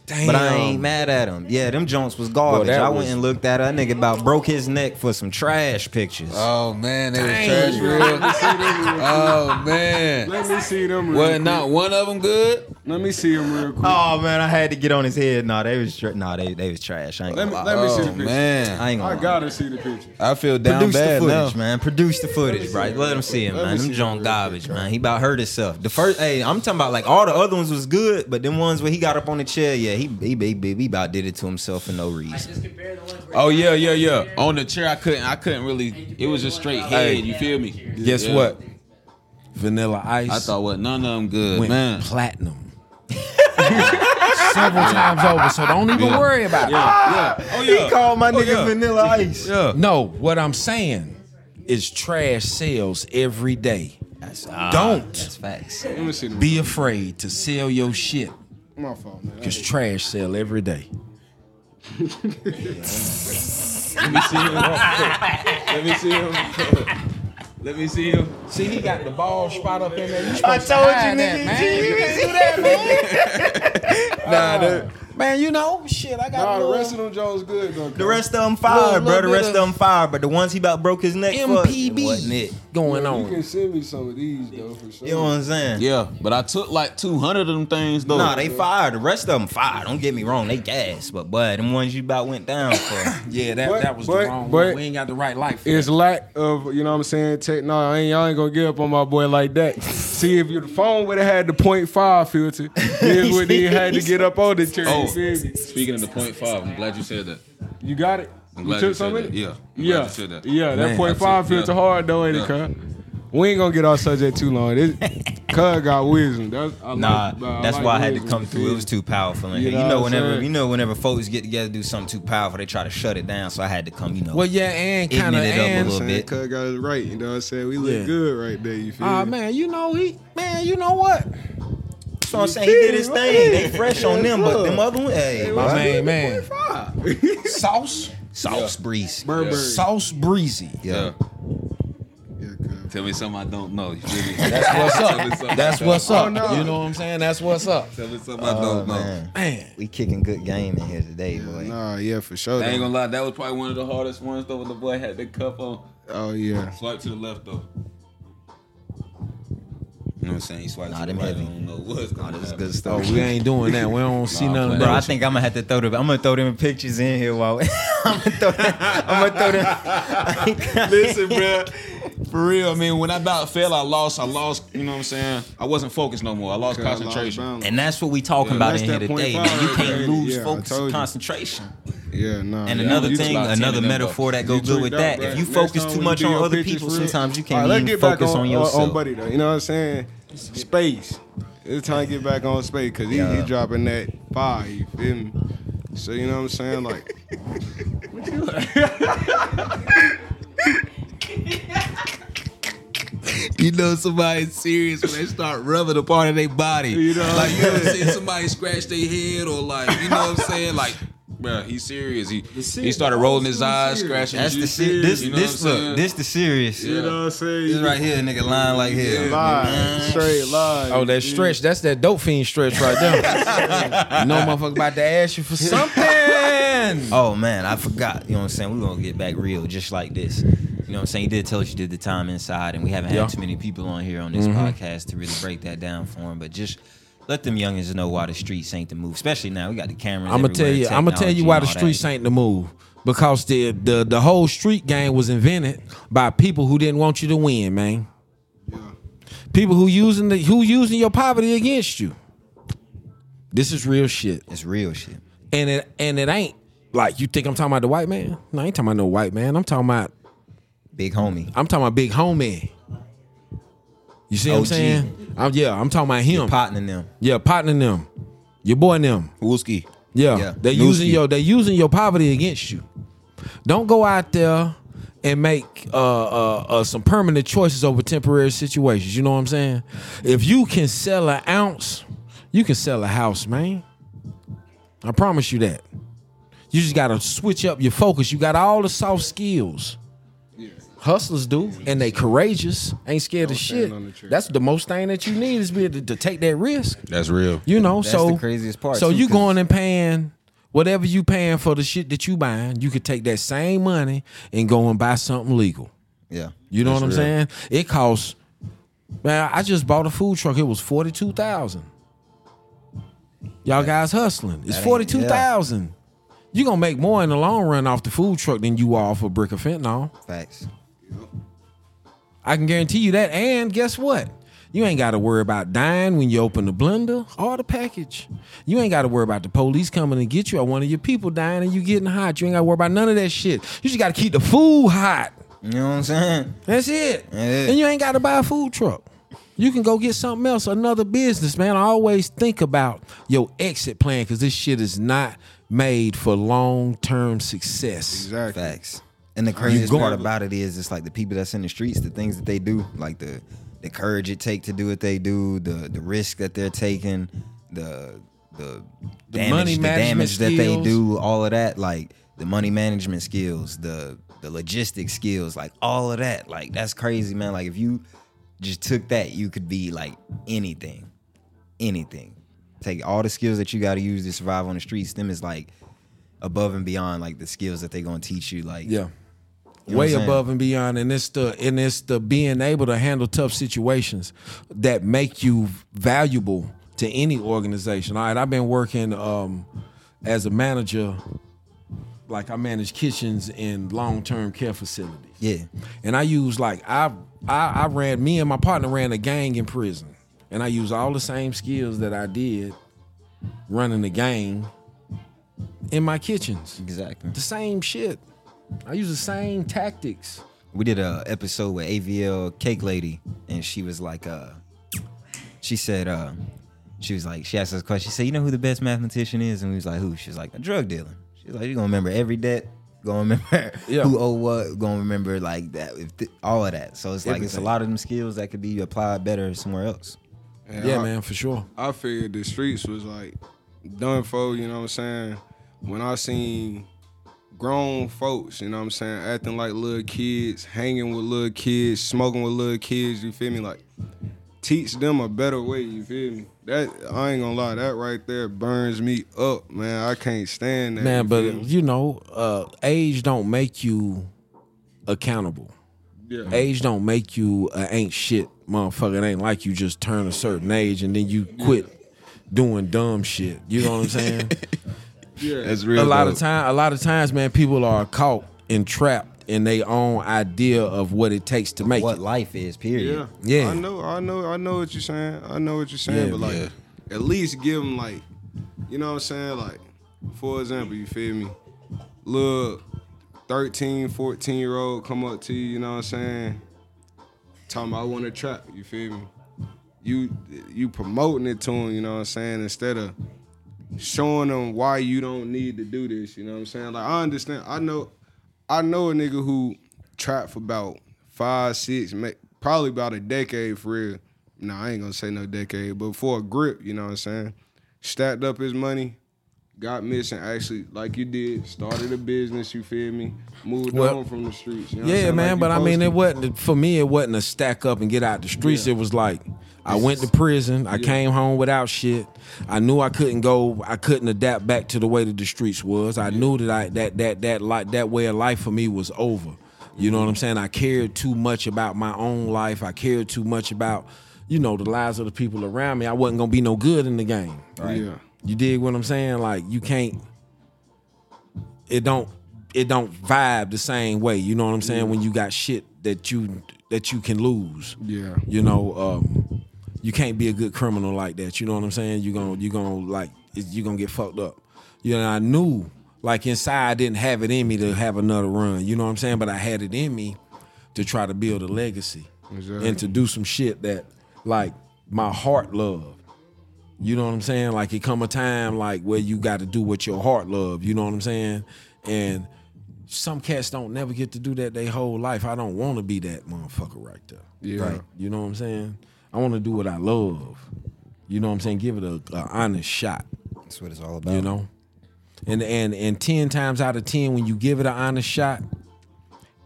S5: Damn.
S1: but I ain't mad at him. Yeah, them joints was garbage.
S5: that
S1: I
S5: was-
S1: went and looked at her. That nigga about broke his neck for some trash pictures.
S8: Oh man, they was trash real. oh man,
S2: Let me see them real
S8: was
S2: quick.
S8: not one of them good?
S2: Let me see them real quick.
S1: Oh man, I had to get on his head. Nah, they was tra- nah, they they was trash. I ain't
S2: let
S1: gonna
S2: me
S1: lie.
S2: let me see the
S8: Oh
S2: picture.
S8: man,
S1: I ain't gonna
S2: I
S1: lie.
S2: gotta see the picture.
S8: I feel down
S1: Produce the
S8: bad
S1: footage,
S8: now.
S1: man. Produce the footage, right? Let him see him,
S2: Let
S1: man.
S2: me
S1: Them
S2: see
S1: John
S2: it.
S1: garbage, man. He about hurt himself. The first, hey, I'm talking about like all the other ones was good, but them ones where he got up on the chair, yeah, he he he, he, he about did it to himself for no reason.
S9: Just compare the one.
S8: Oh yeah, yeah, yeah. On the chair, I couldn't, I couldn't really. It was just straight head. You feel me?
S5: Guess
S8: Yeah.
S5: what? Vanilla Ice.
S8: I thought what none of them good,
S5: went
S8: man.
S5: platinum. Several times over, so don't even worry about it. Uh,
S8: Oh yeah.
S1: Call my nigga
S8: yeah.
S1: Vanilla Ice.
S5: No, what I'm saying is trash sales every day.
S1: That's, ah,
S5: Don't.
S1: That's facts.
S2: Let me see them.
S5: Be afraid to sell your shit
S2: My fault, man.
S5: because trash sell every day.
S2: Let me see him.
S8: Let me see him.
S5: See, he got the ball spot up in there. You
S9: I
S5: supposed
S9: told you, nigga. You can do that, man.
S5: nah, dude. Man, you know, shit, I got
S2: Nah,
S5: a
S2: the
S5: little
S2: rest of them Jones good though.
S1: The rest of them fired,
S5: Little-
S1: bro.
S5: little
S1: The rest of
S5: bit of-
S1: them fired, but the ones he about broke his neck for, it
S5: MPB.
S1: wasn't it.
S5: going
S2: You
S5: on.
S2: can send me some of these though for sure.
S1: You know what I'm saying?
S8: Yeah, but I took like 200 of them things though.
S1: Nah, they fired. The rest of them fired. Don't get me wrong. They gas, but but them ones you about went down for.
S5: Yeah, that,
S2: But-
S5: that was
S2: but-
S5: the wrong
S2: but-
S5: one. We ain't got the right life. for
S2: It's
S5: that.
S2: lack of, you know what I'm saying, tech. Nah, I ain't, y'all ain't gonna get up on my boy like that. See, if your phone would have had the .5 filter, then would he had to get up on the church.
S8: Oh.
S2: You, feel me?
S8: Speaking of the point five, I'm glad you said that.
S2: You got it?
S8: I'm
S2: you
S8: glad
S2: took
S8: you said
S2: some of
S8: that.
S2: it?
S8: Yeah. I'm
S2: Yeah.
S8: glad you said that.
S2: Yeah, that
S5: Man,
S2: .5
S8: I took-
S2: filter
S8: yeah.
S2: hard though, ain't it,
S8: Yeah.
S2: cuz? We ain't gonna get off subject too long. This cuz got wisdom. That's, I
S1: Nah,
S2: like, I
S1: that's
S2: like
S1: why I had to
S2: wisdom,
S1: come
S2: you
S1: through. It
S2: feel
S1: was
S2: me?
S1: too powerful in
S2: You
S1: here. You
S2: know
S1: know,
S2: what I'm
S1: whenever
S2: saying?
S1: you know, whenever folks get together, do something too powerful, they try to shut it down. So I had to come. You know,
S5: Well, yeah, and
S1: Ignorant
S5: kind of
S1: it up a
S5: and
S1: little
S2: Saying
S1: bit.
S2: Cuz got it right, you know what I'm saying? We look
S5: Yeah.
S2: good right there, you feel
S5: Ah
S2: me?
S5: man, you know he man, you know what?
S1: that's what I'm saying. He did his thing. They fresh on them, but them other ones, hey,
S5: My
S1: my
S5: main man. Sauce
S1: sauce breeze.
S2: Burberry.
S5: Sauce Breezy.
S1: Yeah,
S2: Yeah, cuz.
S8: Tell me something I don't know. You feel me?
S5: That's what's
S8: Tell me something
S5: up. That's
S8: I
S5: what's
S8: don't-
S5: up. You know what I'm saying? That's what's up.
S8: Tell me something I
S1: oh
S8: don't know.
S1: man,
S5: Man.
S1: we kicking good game in here today, boy.
S2: Nah, yeah, for sure.
S8: I
S2: though.
S8: ain't gonna lie, that was probably one of the hardest ones though when the boy had the cup on.
S2: Oh yeah.
S8: Swipe to the left though. You know what I'm saying? You swipe
S1: Nah,
S8: to the
S1: them
S8: right.
S1: heavy.
S8: I don't know what's going
S1: This is
S8: on.
S1: good
S5: Oh,
S1: stuff.
S5: we ain't doing that. We don't see none of
S1: Bro, I
S5: that.
S1: think I'm gonna have to throw them. I'm gonna throw them pictures in here while I'm gonna throw them. I'm gonna throw them.
S8: Listen, bro. For real, I mean, when I about fell, I lost. I lost. You know what I'm saying? I wasn't focused no more. I lost concentration.
S1: And that's what we talking about
S2: that's
S1: in here
S2: that point
S1: today.
S2: five
S1: Man, you
S2: right
S1: can't
S2: there.
S1: lose
S2: Yeah, I
S1: focus
S2: told
S1: and
S2: you.
S1: concentration.
S2: Yeah, nah.
S1: And
S2: yeah.
S1: another
S8: you
S1: thing,
S8: about ten
S1: another
S8: of them,
S1: metaphor that goes good with
S2: tweaked out,
S1: that. If
S2: bruh.
S1: you
S2: Next
S1: focus
S2: time
S1: too
S2: we
S1: much
S2: do
S1: on
S2: your
S1: other
S2: pictures
S1: people,
S2: for real.
S1: sometimes you
S2: All
S1: can't
S2: right, let's
S1: even
S2: get back
S1: focus on, yourself.
S2: On buddy though, you know what I'm saying? Space. It's time to get back on space because he, he
S1: Yeah.
S2: dropping that five. You feel me? So you know what I'm saying? Like,
S8: You know somebody's serious when they start rubbing a part of their body.
S2: You know what
S8: like
S2: I'm
S8: you ever
S2: saying?
S8: seen somebody scratch their head or like you know what I'm saying? Like, bro, he's serious. He he started rolling his eyes, scratching.
S1: That's
S8: his-
S1: the se- this
S8: You know
S1: this
S8: what I'm
S1: look
S8: saying?
S1: this the serious.
S2: you know what I'm saying?
S1: This right here, nigga, lying like here.
S2: Live, straight live.
S5: Oh, that stretch. That's that dope fiend stretch right there. you know, motherfucker, about to ask you for something.
S1: Oh man, I forgot. You know what I'm saying? We're gonna get back real just like this. You know what I'm saying? You did tell us you did the time inside, and we haven't had
S5: Yeah.
S1: too many people on here on this
S2: Mm-hmm.
S1: podcast to really break that down for them. But just let them youngins know why the streets ain't the move, especially now. We got the cameras.
S5: I'm gonna tell you. I'm gonna tell you why the streets ain't the move. Because the, the the whole street game was invented by people who didn't want you to win, man. People who using the who using your poverty against you. This is real shit.
S1: It's real shit.
S5: and it and it ain't like you think I'm talking about the white man. No, I ain't talking about no white man. I'm talking about
S1: Big homie.
S5: I'm talking about big homie. You see what I'm
S1: OG.
S5: saying? I'm, yeah, I'm talking about him.
S1: Partnering them.
S5: yeah, partnering them, your boy and them.
S8: Wooski.
S5: Yeah,
S1: Yeah.
S5: they
S1: New
S5: using
S1: ski.
S5: your they using your poverty against you. Don't go out there and make uh, uh, uh, some permanent choices over temporary situations. You know what I'm saying? If you can sell an ounce, you can sell a house, man. I promise you that. You just gotta switch up your focus. You got all the soft skills. Hustlers do, and they courageous. Ain't scared of shit.
S2: on the trigger.
S5: That's the most thing that you need is be able to, to take that risk.
S8: That's real.
S5: You know,
S1: That's
S5: so
S1: the craziest part,
S5: So
S1: too,
S5: you
S1: 'cause-
S5: going and paying whatever you paying for the shit that you buying, you could take that same money and go and buy something legal.
S1: Yeah.
S5: You know what I'm saying? It costs. Man, I just bought a food truck. It was forty two thousand. Y'all guys hustling. It's
S1: ain't-
S5: forty two thousand. You gonna make more in the long run off the food truck than you are off a brick of fentanyl.
S1: Facts.
S5: I can guarantee you that. And guess what? You ain't got to worry about dying when you open the blender or the package. You ain't got to worry about the police coming and get you or one of your people dying and you getting hot. You ain't got to worry about none of that shit. You just got to keep the food hot.
S1: You know what I'm saying?
S5: That's it.
S1: Yeah.
S5: And you ain't got to buy a food truck. You can go get something else, another business, man. I always think about your exit plan because this shit is not made for long term success.
S2: Exactly.
S1: Facts. And the craziest
S5: going-
S1: part about it is, it's like the people that's in the streets, the things that they do, like the the courage it take to do what they do, the the risk that they're taking, the the, damage,
S5: money
S1: the
S5: management
S1: damage that they
S5: skills.
S1: do, all of that. Like the money management skills, the the logistics skills, like all of that. Like that's crazy, man. Like if you just took that, you could be like anything, anything. Take all the skills that you got to use to survive on the streets. Them is like above and beyond like the skills that they gonna teach you. Like
S5: Yeah.
S1: know what I'm
S5: Way
S1: saying?
S5: above and beyond, and it's the and it's the being able to handle tough situations that make you valuable to any organization. All right, I've been working um, as a manager, like I manage kitchens in long term care facilities.
S1: yeah,
S5: and I use like I, I I ran me and my partner ran a gang in prison, and I used all the same skills that I did running the gang in my kitchens.
S1: exactly.
S5: The same shit. I use the same tactics.
S1: we did a episode with AVL Cake Lady, and she was like, uh, she said, uh, she was like, she asked us a question. She said, you know who the best mathematician is? And we was like, who? She was like, a drug dealer. She was like, you gonna remember every debt, gonna remember
S5: Yeah.
S1: who uh, owed what, gonna remember like that, if th- all of that. So it's like it's a
S5: Everything.
S1: lot of them skills that could be applied better somewhere else.
S2: And
S5: Yeah,
S2: I-
S5: man, for sure.
S2: I figured the streets was like done for, you know what I'm saying? When I seen grown folks, you know what I'm saying, acting like little kids, hanging with little kids, smoking with little kids, you feel me? Like teach them a better way, you feel me? That I ain't gonna lie, that right there burns me up, man. I can't stand that.
S5: Man,
S2: you
S5: but
S2: feel me?
S5: you know, uh, age don't make you accountable.
S2: yeah.
S5: Age don't make you uh, ain't shit, motherfucker. It ain't like you just turn a certain age and then you quit doing dumb shit. You know what I'm saying?
S2: yeah.
S8: That's real.
S5: a lot of
S8: though.
S5: time a lot of times man people are caught and trapped in their own idea of what it takes to make
S1: What
S5: it
S1: life is,
S2: Yeah.
S1: period.
S5: Yeah.
S2: I know, I know, I know what you're saying. I know what you're saying,
S5: Yeah,
S2: but like at least give them like, you know what I'm saying? Like, for example, you feel me? Little 13, 14 year old come up to you, you know what I'm saying? Talking about I want to trap, you feel me? You you promoting it to them, you know what I'm saying? Instead of showing them why you don't need to do this, you know what I'm saying? Like I understand, I know I know a nigga who trapped for about five, six, ma- probably about a decade for real. Nah, I ain't gonna say no decade, but for a grip, you know what I'm saying? Stacked up his money, got missing, actually, like you did, started a business, you feel me? Moved
S5: Well,
S2: on from the streets. You know what I'm
S5: yeah
S2: saying?
S5: man
S2: Like, you
S5: but i mean it
S2: posted-
S5: wasn't for me it wasn't a stack up and get out the streets it was like i went to prison i came home without shit i knew i couldn't go i couldn't adapt back to the way that the streets was i knew that i that that that like that way of life for me was over you know what i'm saying i cared too much about my own life i cared too much about you know the lives of the people around me i wasn't gonna be no good in the game
S2: Yeah.
S5: You dig what I'm saying? Like you can't. It don't. It don't vibe the same way. You know what I'm saying? When you got shit that you that you can lose.
S2: Yeah.
S5: You know, um, you can't be a good criminal like that. You know what I'm saying? You gonna you gonna like you gonna get fucked up. You know, I knew like inside I didn't have it in me to have another run. You know what I'm saying? But I had it in me to try to build a legacy
S2: Exactly.
S5: and to do some shit that like my heart loved. You know what I'm saying? Like it come a time like where you got to do what your heart love. You know what I'm saying? And some cats don't never get to do that their whole life. I don't want to be that motherfucker right there.
S2: Yeah.
S5: Like, you know what I'm saying? I want to do what I love. You know what I'm saying? Give it a, a honest shot.
S1: That's what it's all about.
S5: You know, and and and ten times out of ten, when you give it an honest shot,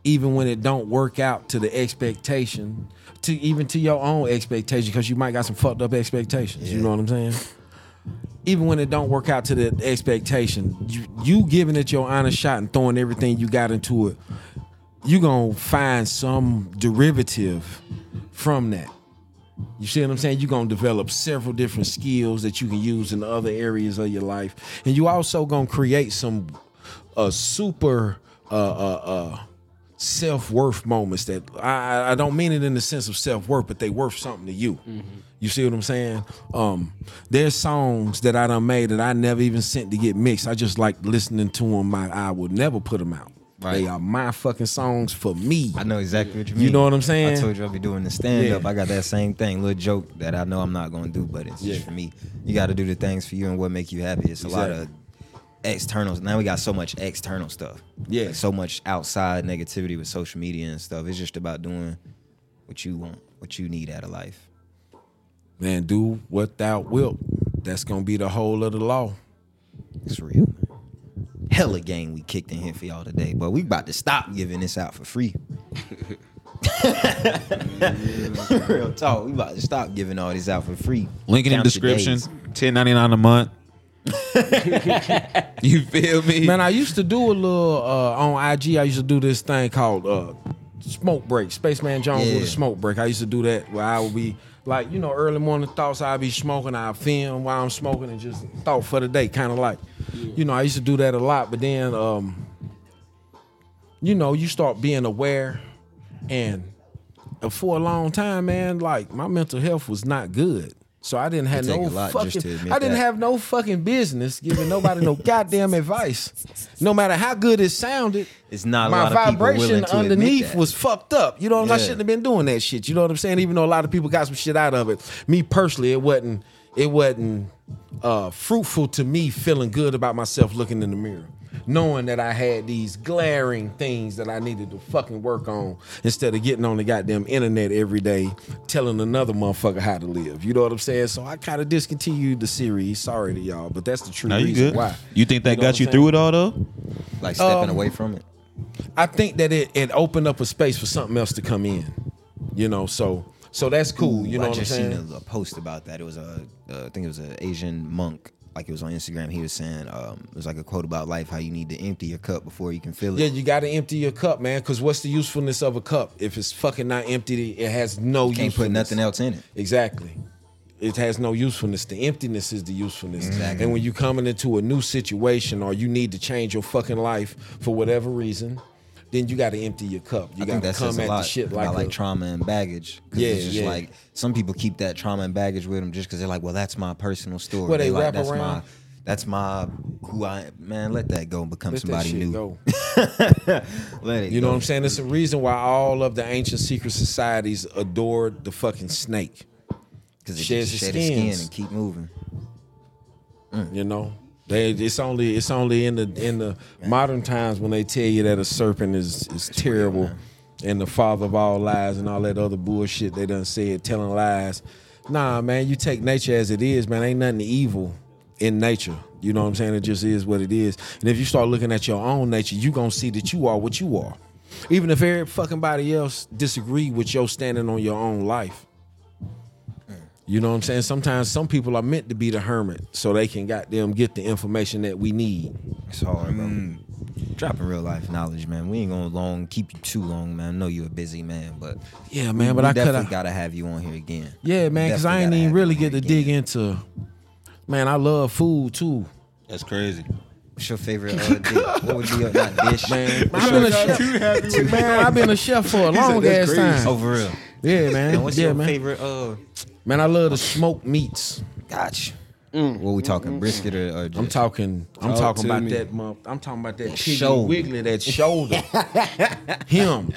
S5: even when it don't work out to the expectation, to even to your own expectation, because you might got some fucked up expectations. You know what I'm saying? Even when it don't work out to the expectation, you, you giving it your honest shot and throwing everything you got into it, you gonna find some derivative from that. You see what I'm saying? You're gonna develop several different skills that you can use in other areas of your life, and you also gonna create some uh, super uh, uh, uh, self worth moments that I, I- I don't mean it in the sense of self worth, but they worth something to you. You see what I'm saying? Um, there's songs that I done made that I never even sent to get mixed. I just like listening to them. I, I would never put them out.
S1: Right.
S5: They are my fucking songs for me.
S1: I know exactly what you
S5: You
S1: mean.
S5: know what I'm saying?
S1: I told you I'll be doing the stand up.
S5: Yeah.
S1: I got that same thing, little joke that I know I'm not gonna do, but it's
S5: Yeah.
S1: just for me. You got to do the things for you and what make you happy. It's a lot of
S5: Exactly.
S1: externals. Now we got so much external stuff.
S5: Yeah.
S1: Like, so much outside negativity with social media and stuff. It's just about doing what you want, what you need out of life.
S5: Man, do what thou wilt. That's gonna be the whole of the law.
S1: It's real. hella game we kicked in here for y'all today, but we about to stop giving this out for free. Real talk, we about to stop giving all this out for free.
S8: Link in the
S1: Count your
S8: description.
S1: days.
S8: Ten ninety nine a month. you feel me?
S5: Man, I used to do a little uh, on IG. I used to do this thing called uh, smoke break. Spaceman Jones
S1: Yeah.
S5: with a smoke break. I used to do that where I would be like, you know, early morning thoughts. I'd be smoking. I film while I'm smoking and just thought for the day, kind of like, you know, I used to do that a lot. But then, um, you know, you start being aware, and for a long time, man, like my mental health was not good. So I didn't have
S1: take
S5: no
S1: a lot
S5: fucking.
S1: just to admit
S5: I didn't
S1: that.
S5: have have no fucking business giving nobody no goddamn advice. No matter how good it sounded,
S1: It's not a
S5: my
S1: lot of people willing
S5: vibration
S1: to admit
S5: underneath
S1: that.
S5: was fucked up. You know what I'm saying? I
S1: Yeah.
S5: shouldn't have been doing that shit. You know what I'm saying? Even though a lot of people got some shit out of it. Me personally, it wasn't it wasn't uh, fruitful to me feeling good about myself looking in the mirror. Knowing that I had these glaring things that I needed to fucking work on instead of getting on the goddamn internet every day telling another motherfucker how to live. You know what I'm saying? So I kind of discontinued the series. Sorry to y'all, but that's the true
S8: No, you
S5: reason
S8: good.
S5: why.
S8: You think that
S5: know what
S8: got
S5: I'm
S8: you
S5: saying?
S8: through it all though?
S1: Like stepping
S5: Um,
S1: away from it.
S5: I think that it it opened up a space for something else to come in. You know, so so that's cool. You
S1: Ooh,
S5: know
S1: I
S5: what I'm
S1: just
S5: saying?
S1: seen a, a post about that. It was a, uh, I think it was an Asian monk. Like it was on Instagram. He was saying, um, it was like a quote about life, how you need to empty your cup before you can fill it.
S5: Yeah, you got to empty your cup, man. Because what's the usefulness of a cup if it's fucking not empty? It has no.
S1: Can't put nothing else in it.
S5: Exactly. It has no usefulness. The emptiness is the usefulness. And when you coming into a new situation or you need to change your fucking life for whatever reason, then you got to empty your cup. You
S1: I
S5: got
S1: think
S5: to
S1: that
S5: come
S1: says
S5: at
S1: a
S5: the
S1: lot
S5: shit
S1: about
S5: like,
S1: like
S5: a-
S1: trauma and baggage. Cause
S5: Yeah,
S1: it's just
S5: yeah.
S1: like some people keep that trauma and baggage with them just because they're like, well, that's my personal story.
S5: Well, they
S1: They like,
S5: wrap
S1: that's
S5: around.
S1: my, that's my who I man. Let that go and become
S5: Let that
S1: somebody
S5: shit
S1: new.
S5: go.
S1: Let it.
S5: You know
S1: go.
S5: what I'm saying? It's a reason why all of the ancient secret societies adored the fucking snake.
S1: Because it
S5: Sheds
S1: just
S5: the
S1: shed its skin
S5: skins.
S1: and keep moving.
S5: You know, they it's only it's only in the in the modern times when they tell you that a serpent is is terrible and the father of all lies and all that other bullshit they done said telling lies. Nah, man, you take nature as it is, man. Ain't nothing evil in nature. You know what I'm saying? It just is what it is. And if you start looking at your own nature, you gonna see that you are what you are. Even if every fucking body else disagree with your standing on your own life. You know what I'm saying? Sometimes some people are meant to be the hermit so they can goddamn get the information that we need.
S1: It's hard, bro. Dropping real life knowledge, man. Mm. We ain't gonna long keep you too long, man. I know you're a busy man, but
S5: Yeah, man, but
S1: we
S5: I cut
S1: definitely
S5: out.
S1: gotta have you on here again.
S5: yeah, man, because I ain't even really get to dig
S1: in.
S5: into. Man, I love food too.
S8: That's crazy.
S1: What's your favorite uh, dish? What would be your not dish?
S5: Man, I've been a chef.
S2: happy with
S5: Man, I've been a chef for a long ass
S2: "That's
S5: time.
S1: Oh, for real.
S5: Yeah,
S1: And
S5: man.
S1: what's
S5: yeah,
S1: your
S5: man.
S1: favorite? Uh,
S5: Man, I love the smoked meats.
S1: gotcha. What we talking? Brisket or, or
S5: I'm
S1: just-
S5: talking. I'm
S2: Talk
S5: talking
S2: to
S5: about
S2: me.
S5: that. Month. I'm talking about that piggy
S1: shoulder.
S5: wiggly, that shoulder. Him.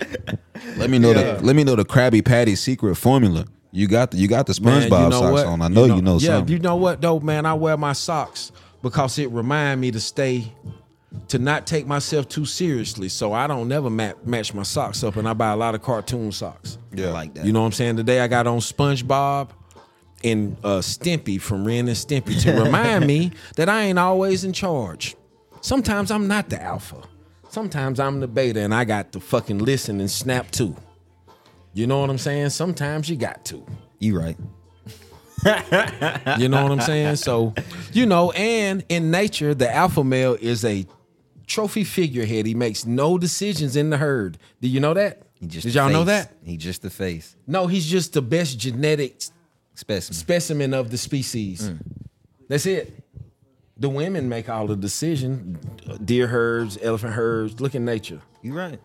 S8: Let me know the let me know the Krabby Patty secret formula. You got the you got the
S5: Man,
S8: SpongeBob socks on. I know you know,
S5: yeah,
S8: something.
S5: you know what though, man? I wear my socks because it remind me to stay, to not take myself too seriously. So I don't never ma- match my socks up, and I buy a lot of cartoon socks.
S1: I like that.
S5: You know what I'm saying? Today I got on SpongeBob and uh, Stimpy from Ren and Stimpy to remind me that I ain't always in charge. Sometimes I'm not the alpha. Sometimes I'm the beta, and I got to fucking listen and snap too. You know what I'm saying? Sometimes you got to.
S1: you right.
S5: You know what I'm saying? So, you know, and in nature, the alpha male is a trophy figurehead. He makes no decisions in the herd. Do you know that?
S1: He just
S5: Did
S1: the
S5: y'all know
S1: face.
S5: that?
S1: He just the face
S5: No, he's just the best genetic
S1: specimen.
S5: specimen of the species.
S1: Mm.
S5: That's it. The women make all the decision. Deer herds, elephant herds. Look at nature.
S1: you right.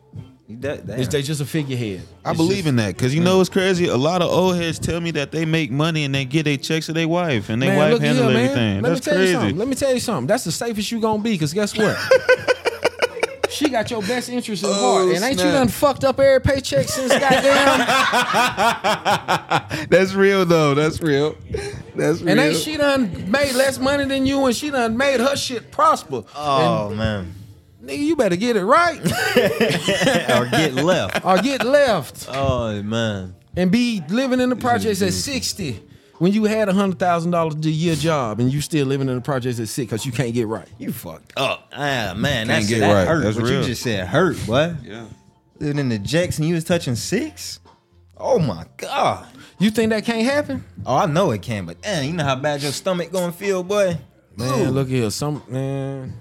S1: You that,
S5: It's-
S1: damn.
S5: They just a figurehead.
S8: I believe in that because you
S5: Mm.
S8: know it's crazy. A lot of old heads tell me that they make money and they get their checks to their wife and their
S5: Man,
S8: wife
S5: look
S8: handle
S5: here, man.
S8: everything.
S5: Let
S8: That's
S5: me tell you something.
S8: crazy.
S5: Let me tell you something. That's the safest you gonna be, because guess what? she got your best interest
S8: Oh,
S5: in heart. And ain't you done fucked up every paycheck since goddamn?
S8: That's real though. That's real. That's real.
S5: and ain't she done made less money than you and she done made her shit prosper.
S1: Oh man,
S5: And, nigga, you better get it right
S1: or get left.
S5: or get left
S1: Oh man,
S8: Mm-hmm.
S5: and be living in the projects at 60. When you had a hundred thousand dollars a year job and you still living in the projects at sick because you can't get right.
S1: You fucked up. Ah, man, that's,
S8: get
S1: that
S8: right.
S1: hurt.
S8: That's
S1: what
S8: real.
S1: you just said hurt, boy.
S2: Yeah.
S1: Living in the Jacks and you was touching six? Oh my God.
S5: You think that can't happen?
S1: Oh, I know it can, but damn, you know how bad your stomach gonna feel, boy?
S5: Man, look here. Some man.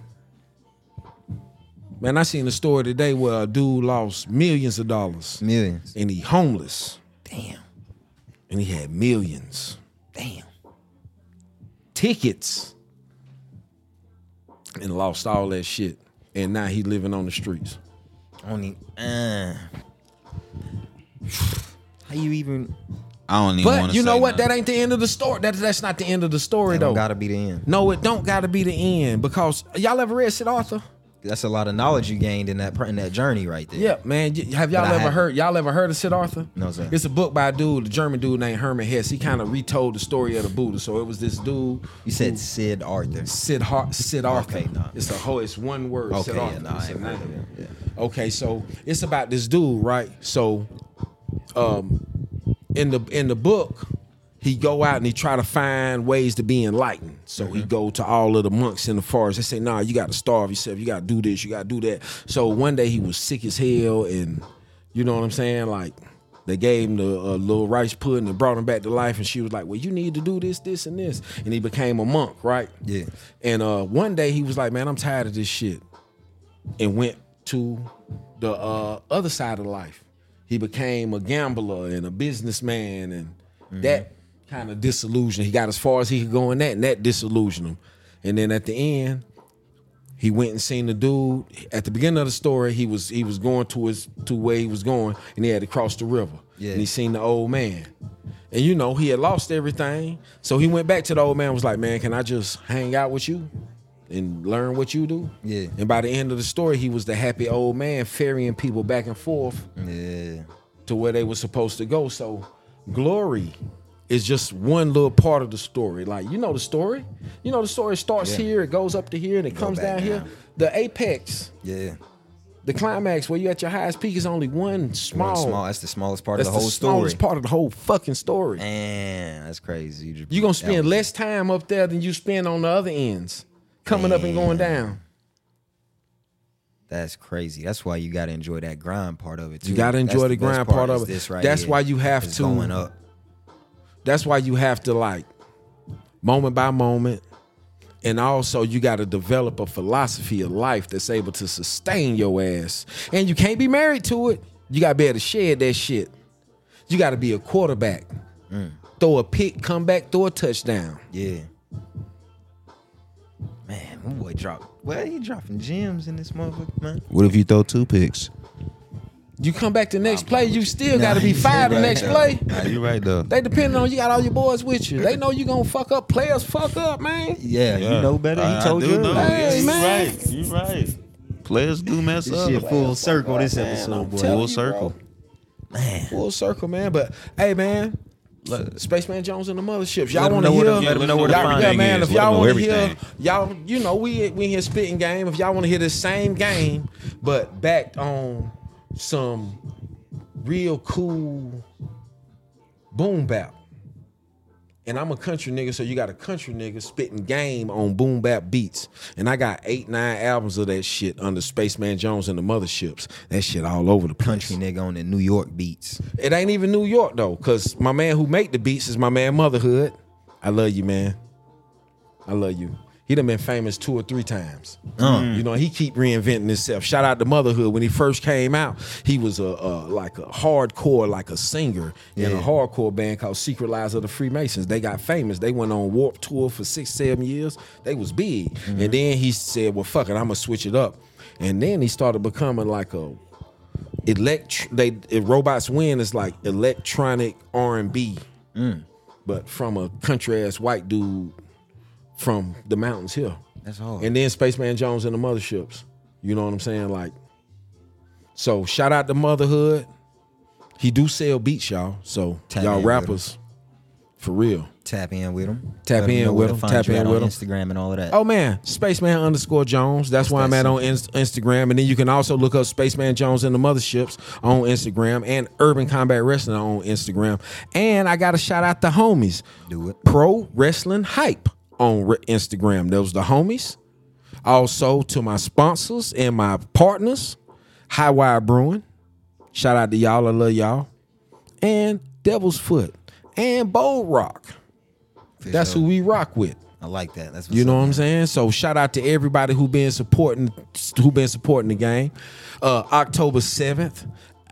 S5: Man, I seen a story today where a dude lost millions of dollars
S1: Millions.
S5: and he homeless
S1: Damn.
S5: and he had millions.
S1: Damn.
S5: tickets and lost all that shit. And now he living on the streets.
S1: Only uh. How you even
S8: I don't even want
S5: But
S8: to
S5: you know what?
S8: Nothing.
S5: That ain't the end of the story. That, that's not the end of the story
S1: it
S5: though.
S1: don't gotta be the end.
S5: no, it don't gotta be the end because y'all ever read Sid Arthur?
S1: That's a lot of knowledge you gained in that pr- in that journey right there.
S5: Yeah, man. y- Have y'all
S1: But I
S5: ever
S1: haven't.
S5: heard? Y'all ever heard of Sid Arthur?
S1: No, sir.
S5: It's a book by a dude, a German dude named Herman Hess. He kind of retold the story of the Buddha. So it was this dude.
S1: You said Sid Arthur.
S5: Sid Har- Sid Arthur.
S1: Okay, nah.
S5: It's a whole. It's one word.
S1: Okay,
S5: Sid
S1: yeah,
S5: Arthur.
S1: nah, I
S5: It's a
S1: ain't heard of
S5: name.
S1: him. Yeah.
S5: Okay, so it's about this dude, right? So, um, in the in the book, he go out and he try to find ways to be enlightened. So he go to all of the monks in the forest. They say, "Nah, you got to starve yourself. You got to do this. You got to do that." So one day he was sick as hell, and you know what I'm saying, like. They gave him the uh, little rice pudding and brought him back to life, and she was like, "Well, you need to do this, this, and this." And he became a monk, right?
S1: Yeah.
S5: And uh, one day he was like, "Man, I'm tired of this shit," and went to the uh, other side of life. He became a gambler and a businessman, and that kind of disillusioned. He got as far as he could go in that, and that disillusioned him. And then at the end, he went and seen the dude. At the beginning of the story, he was he was going to his to where he was going, and he had to cross the river.
S1: Yeah.
S5: And he seen the old man. And you know, he had lost everything. So he went back to the old man, was like, Man, can I just hang out with you and learn what you do?
S1: Yeah.
S5: And by the end of the story, he was the happy old man ferrying people back and forth
S1: Yeah.
S5: to where they were supposed to go. So glory is just one little part of the story. Like you know the story. You know the story starts
S1: Yeah.
S5: here, it goes up to here, and it comes
S1: back
S5: down here.
S1: down.
S5: The apex,
S1: Yeah.
S5: the climax where you at your highest peak is only one small.
S1: One small. That's the smallest part
S5: Oh. that's
S1: of the whole story.
S5: smallest part of the whole fucking story.
S1: Man, that's crazy. You just-
S5: You're gonna
S1: that
S5: spend
S1: was-
S5: less time up there than you spend on the other ends, coming up and going down.
S1: That's crazy. That's why you gotta enjoy that grind part of it. Too.
S5: You gotta
S1: That's
S5: enjoy the
S1: the best
S5: grind part
S1: is
S5: of it.
S1: This right
S5: That's
S1: here.
S5: why you have
S1: It's
S5: to-
S1: going up.
S5: That's why you have to like moment by moment. And also you gotta develop a philosophy of life that's able to sustain your ass. And you can't be married to it. You gotta be able to shed that shit. You gotta be a quarterback. Mm. Throw a pick, come back, throw a touchdown.
S1: Yeah. Man, my boy dropped. Well, he dropping gems in this motherfucker, man.
S8: What if you throw two picks?
S5: You come back the next play, you still
S1: Nah,
S5: gotta be
S1: you
S5: fired the
S1: right,
S5: next
S1: though.
S5: play.
S8: Nah, you right though.
S5: They depending on you got all your boys with you. They know you gonna fuck up. Players fuck up, man.
S1: Yeah, you know better. He
S8: I- I
S1: told
S8: do
S1: you.
S8: know.
S1: earlier.
S5: Hey,
S8: you
S5: man.
S8: right. You right. Players do mess
S1: This
S8: up.
S1: shit full circle. This episode, boy.
S5: telling
S8: Full
S5: you,
S8: circle.
S5: Full circle, man. But hey, man, look, Spaceman Jones and the mothership. Y'all
S1: Let 'em
S5: want to
S1: know where
S5: hear?
S1: to- let 'em know where to
S5: y'all-
S1: find
S5: yeah,
S1: it.
S5: man. If
S8: Let 'em
S5: y'all
S8: know
S5: want to hear,
S8: everything.
S5: y'all, you know, we we here spitting game. If y'all want to hear the same game, but backed on some real cool boom bap. And I'm a country nigga, so you got a country nigga spitting game on boom bap beats. And I got eight, nine albums of that shit under Spaceman Jones and the Motherships. That shit all over the place.
S1: Country nigga on the New York beats.
S5: It ain't even New York though, cause my man who make the beats is my man Motherhood. I love you, man. I love you. He done been famous two or three times. You know he keep reinventing himself. Shout out to Motherhood. When he first came out, he was a, a like a hardcore, like a singer in a
S1: Yeah.
S5: hardcore band called Secret Lives of the Freemasons. They got famous. They went on Warp Tour for six, seven years. They was big. And then he said, "Well, fuck it, I'm gonna switch it up." And then he started becoming like a elect they if robots win is like electronic R and B,
S1: Mm.
S5: but from a country ass white dude from the mountains here.
S1: That's hard.
S5: And then Spaceman Jones and the Motherships. You know what I'm saying? Like, so shout out to Motherhood. He do sell beats, y'all. So
S1: Tap
S5: y'all
S1: in with him.
S5: rappers, for real.
S1: Tap in with them.
S5: Tap in with 'em, tap in with 'em.
S1: Instagram and all of that.
S5: Oh man, Spaceman underscore Jones. That's where I'm at on Inst- Instagram, and then you can also look up Spaceman Jones and the Motherships on Instagram, and Urban Combat Wrestling on Instagram. And I got to shout out the homies.
S1: Do it.
S5: Pro Wrestling Hype on re- Instagram. Those the homies. Also to my sponsors and my partners, High Wire Brewing. Shout out to y'all. I love y'all. And Devil's Foot and Bold Rock.
S1: For
S5: That's
S1: sure.
S5: who we rock with.
S1: I like that. That's what's
S5: You know
S1: up.
S5: what I'm saying? So shout out to everybody who been supporting who been supporting the game. Uh October 7th.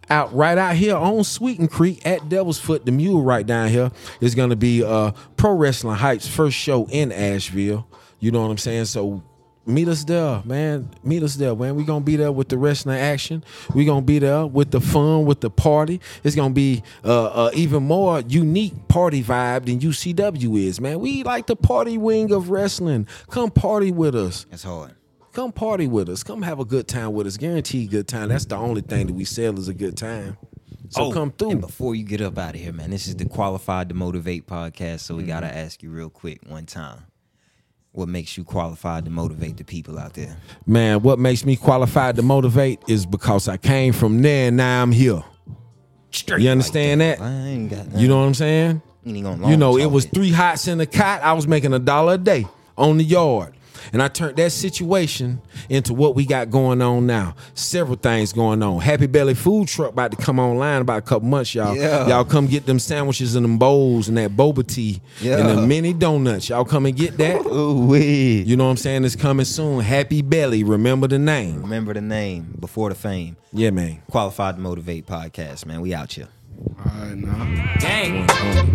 S5: Out right out here on Sweeten Creek at Devil's Foot, the mule right down here is gonna be uh Pro Wrestling Hype's first show in Asheville. You know what I'm saying? So meet us there, man. Meet us there, man. we gonna be there with the wrestling action. we gonna be there with the fun, with the party. It's gonna be uh, uh even more unique party vibe than UCW is, man. We like the party wing of wrestling. Come party with us.
S1: It's hard.
S5: Come party with us. Come have a good time with us. Guaranteed good time. That's the only thing that we sell is a good time. So come
S1: And
S5: through.
S1: before you get up out of here, man, this is the Qualified to Motivate podcast. So
S5: Mm-hmm.
S1: we gotta ask you real quick one time. What makes you qualified to motivate the people out there?
S5: Man, what makes me qualified to motivate is because I came from there and now I'm here.
S1: Straight
S5: You understand that?
S1: I ain't got
S5: You know what I'm saying?
S1: You ain't gonna
S5: You know,
S1: long
S5: it
S1: talk
S5: was three hots in a cot. I was making a dollar a day on the yard. And I turned that situation into what we got going on now. Several things going on. Happy Belly Food Truck about to come online about a couple months, y'all.
S1: Yeah.
S5: Y'all come get them sandwiches and them bowls and that boba tea and
S1: Yeah.
S5: the mini donuts. Y'all come and get that.
S1: Ooh, wee.
S5: you know what I'm saying? It's coming soon. Happy Belly. Remember the name.
S1: Remember the name before the fame.
S5: Yeah, man.
S1: Qualified to Motivate podcast, man. We out here.
S2: All right, now.
S7: gang,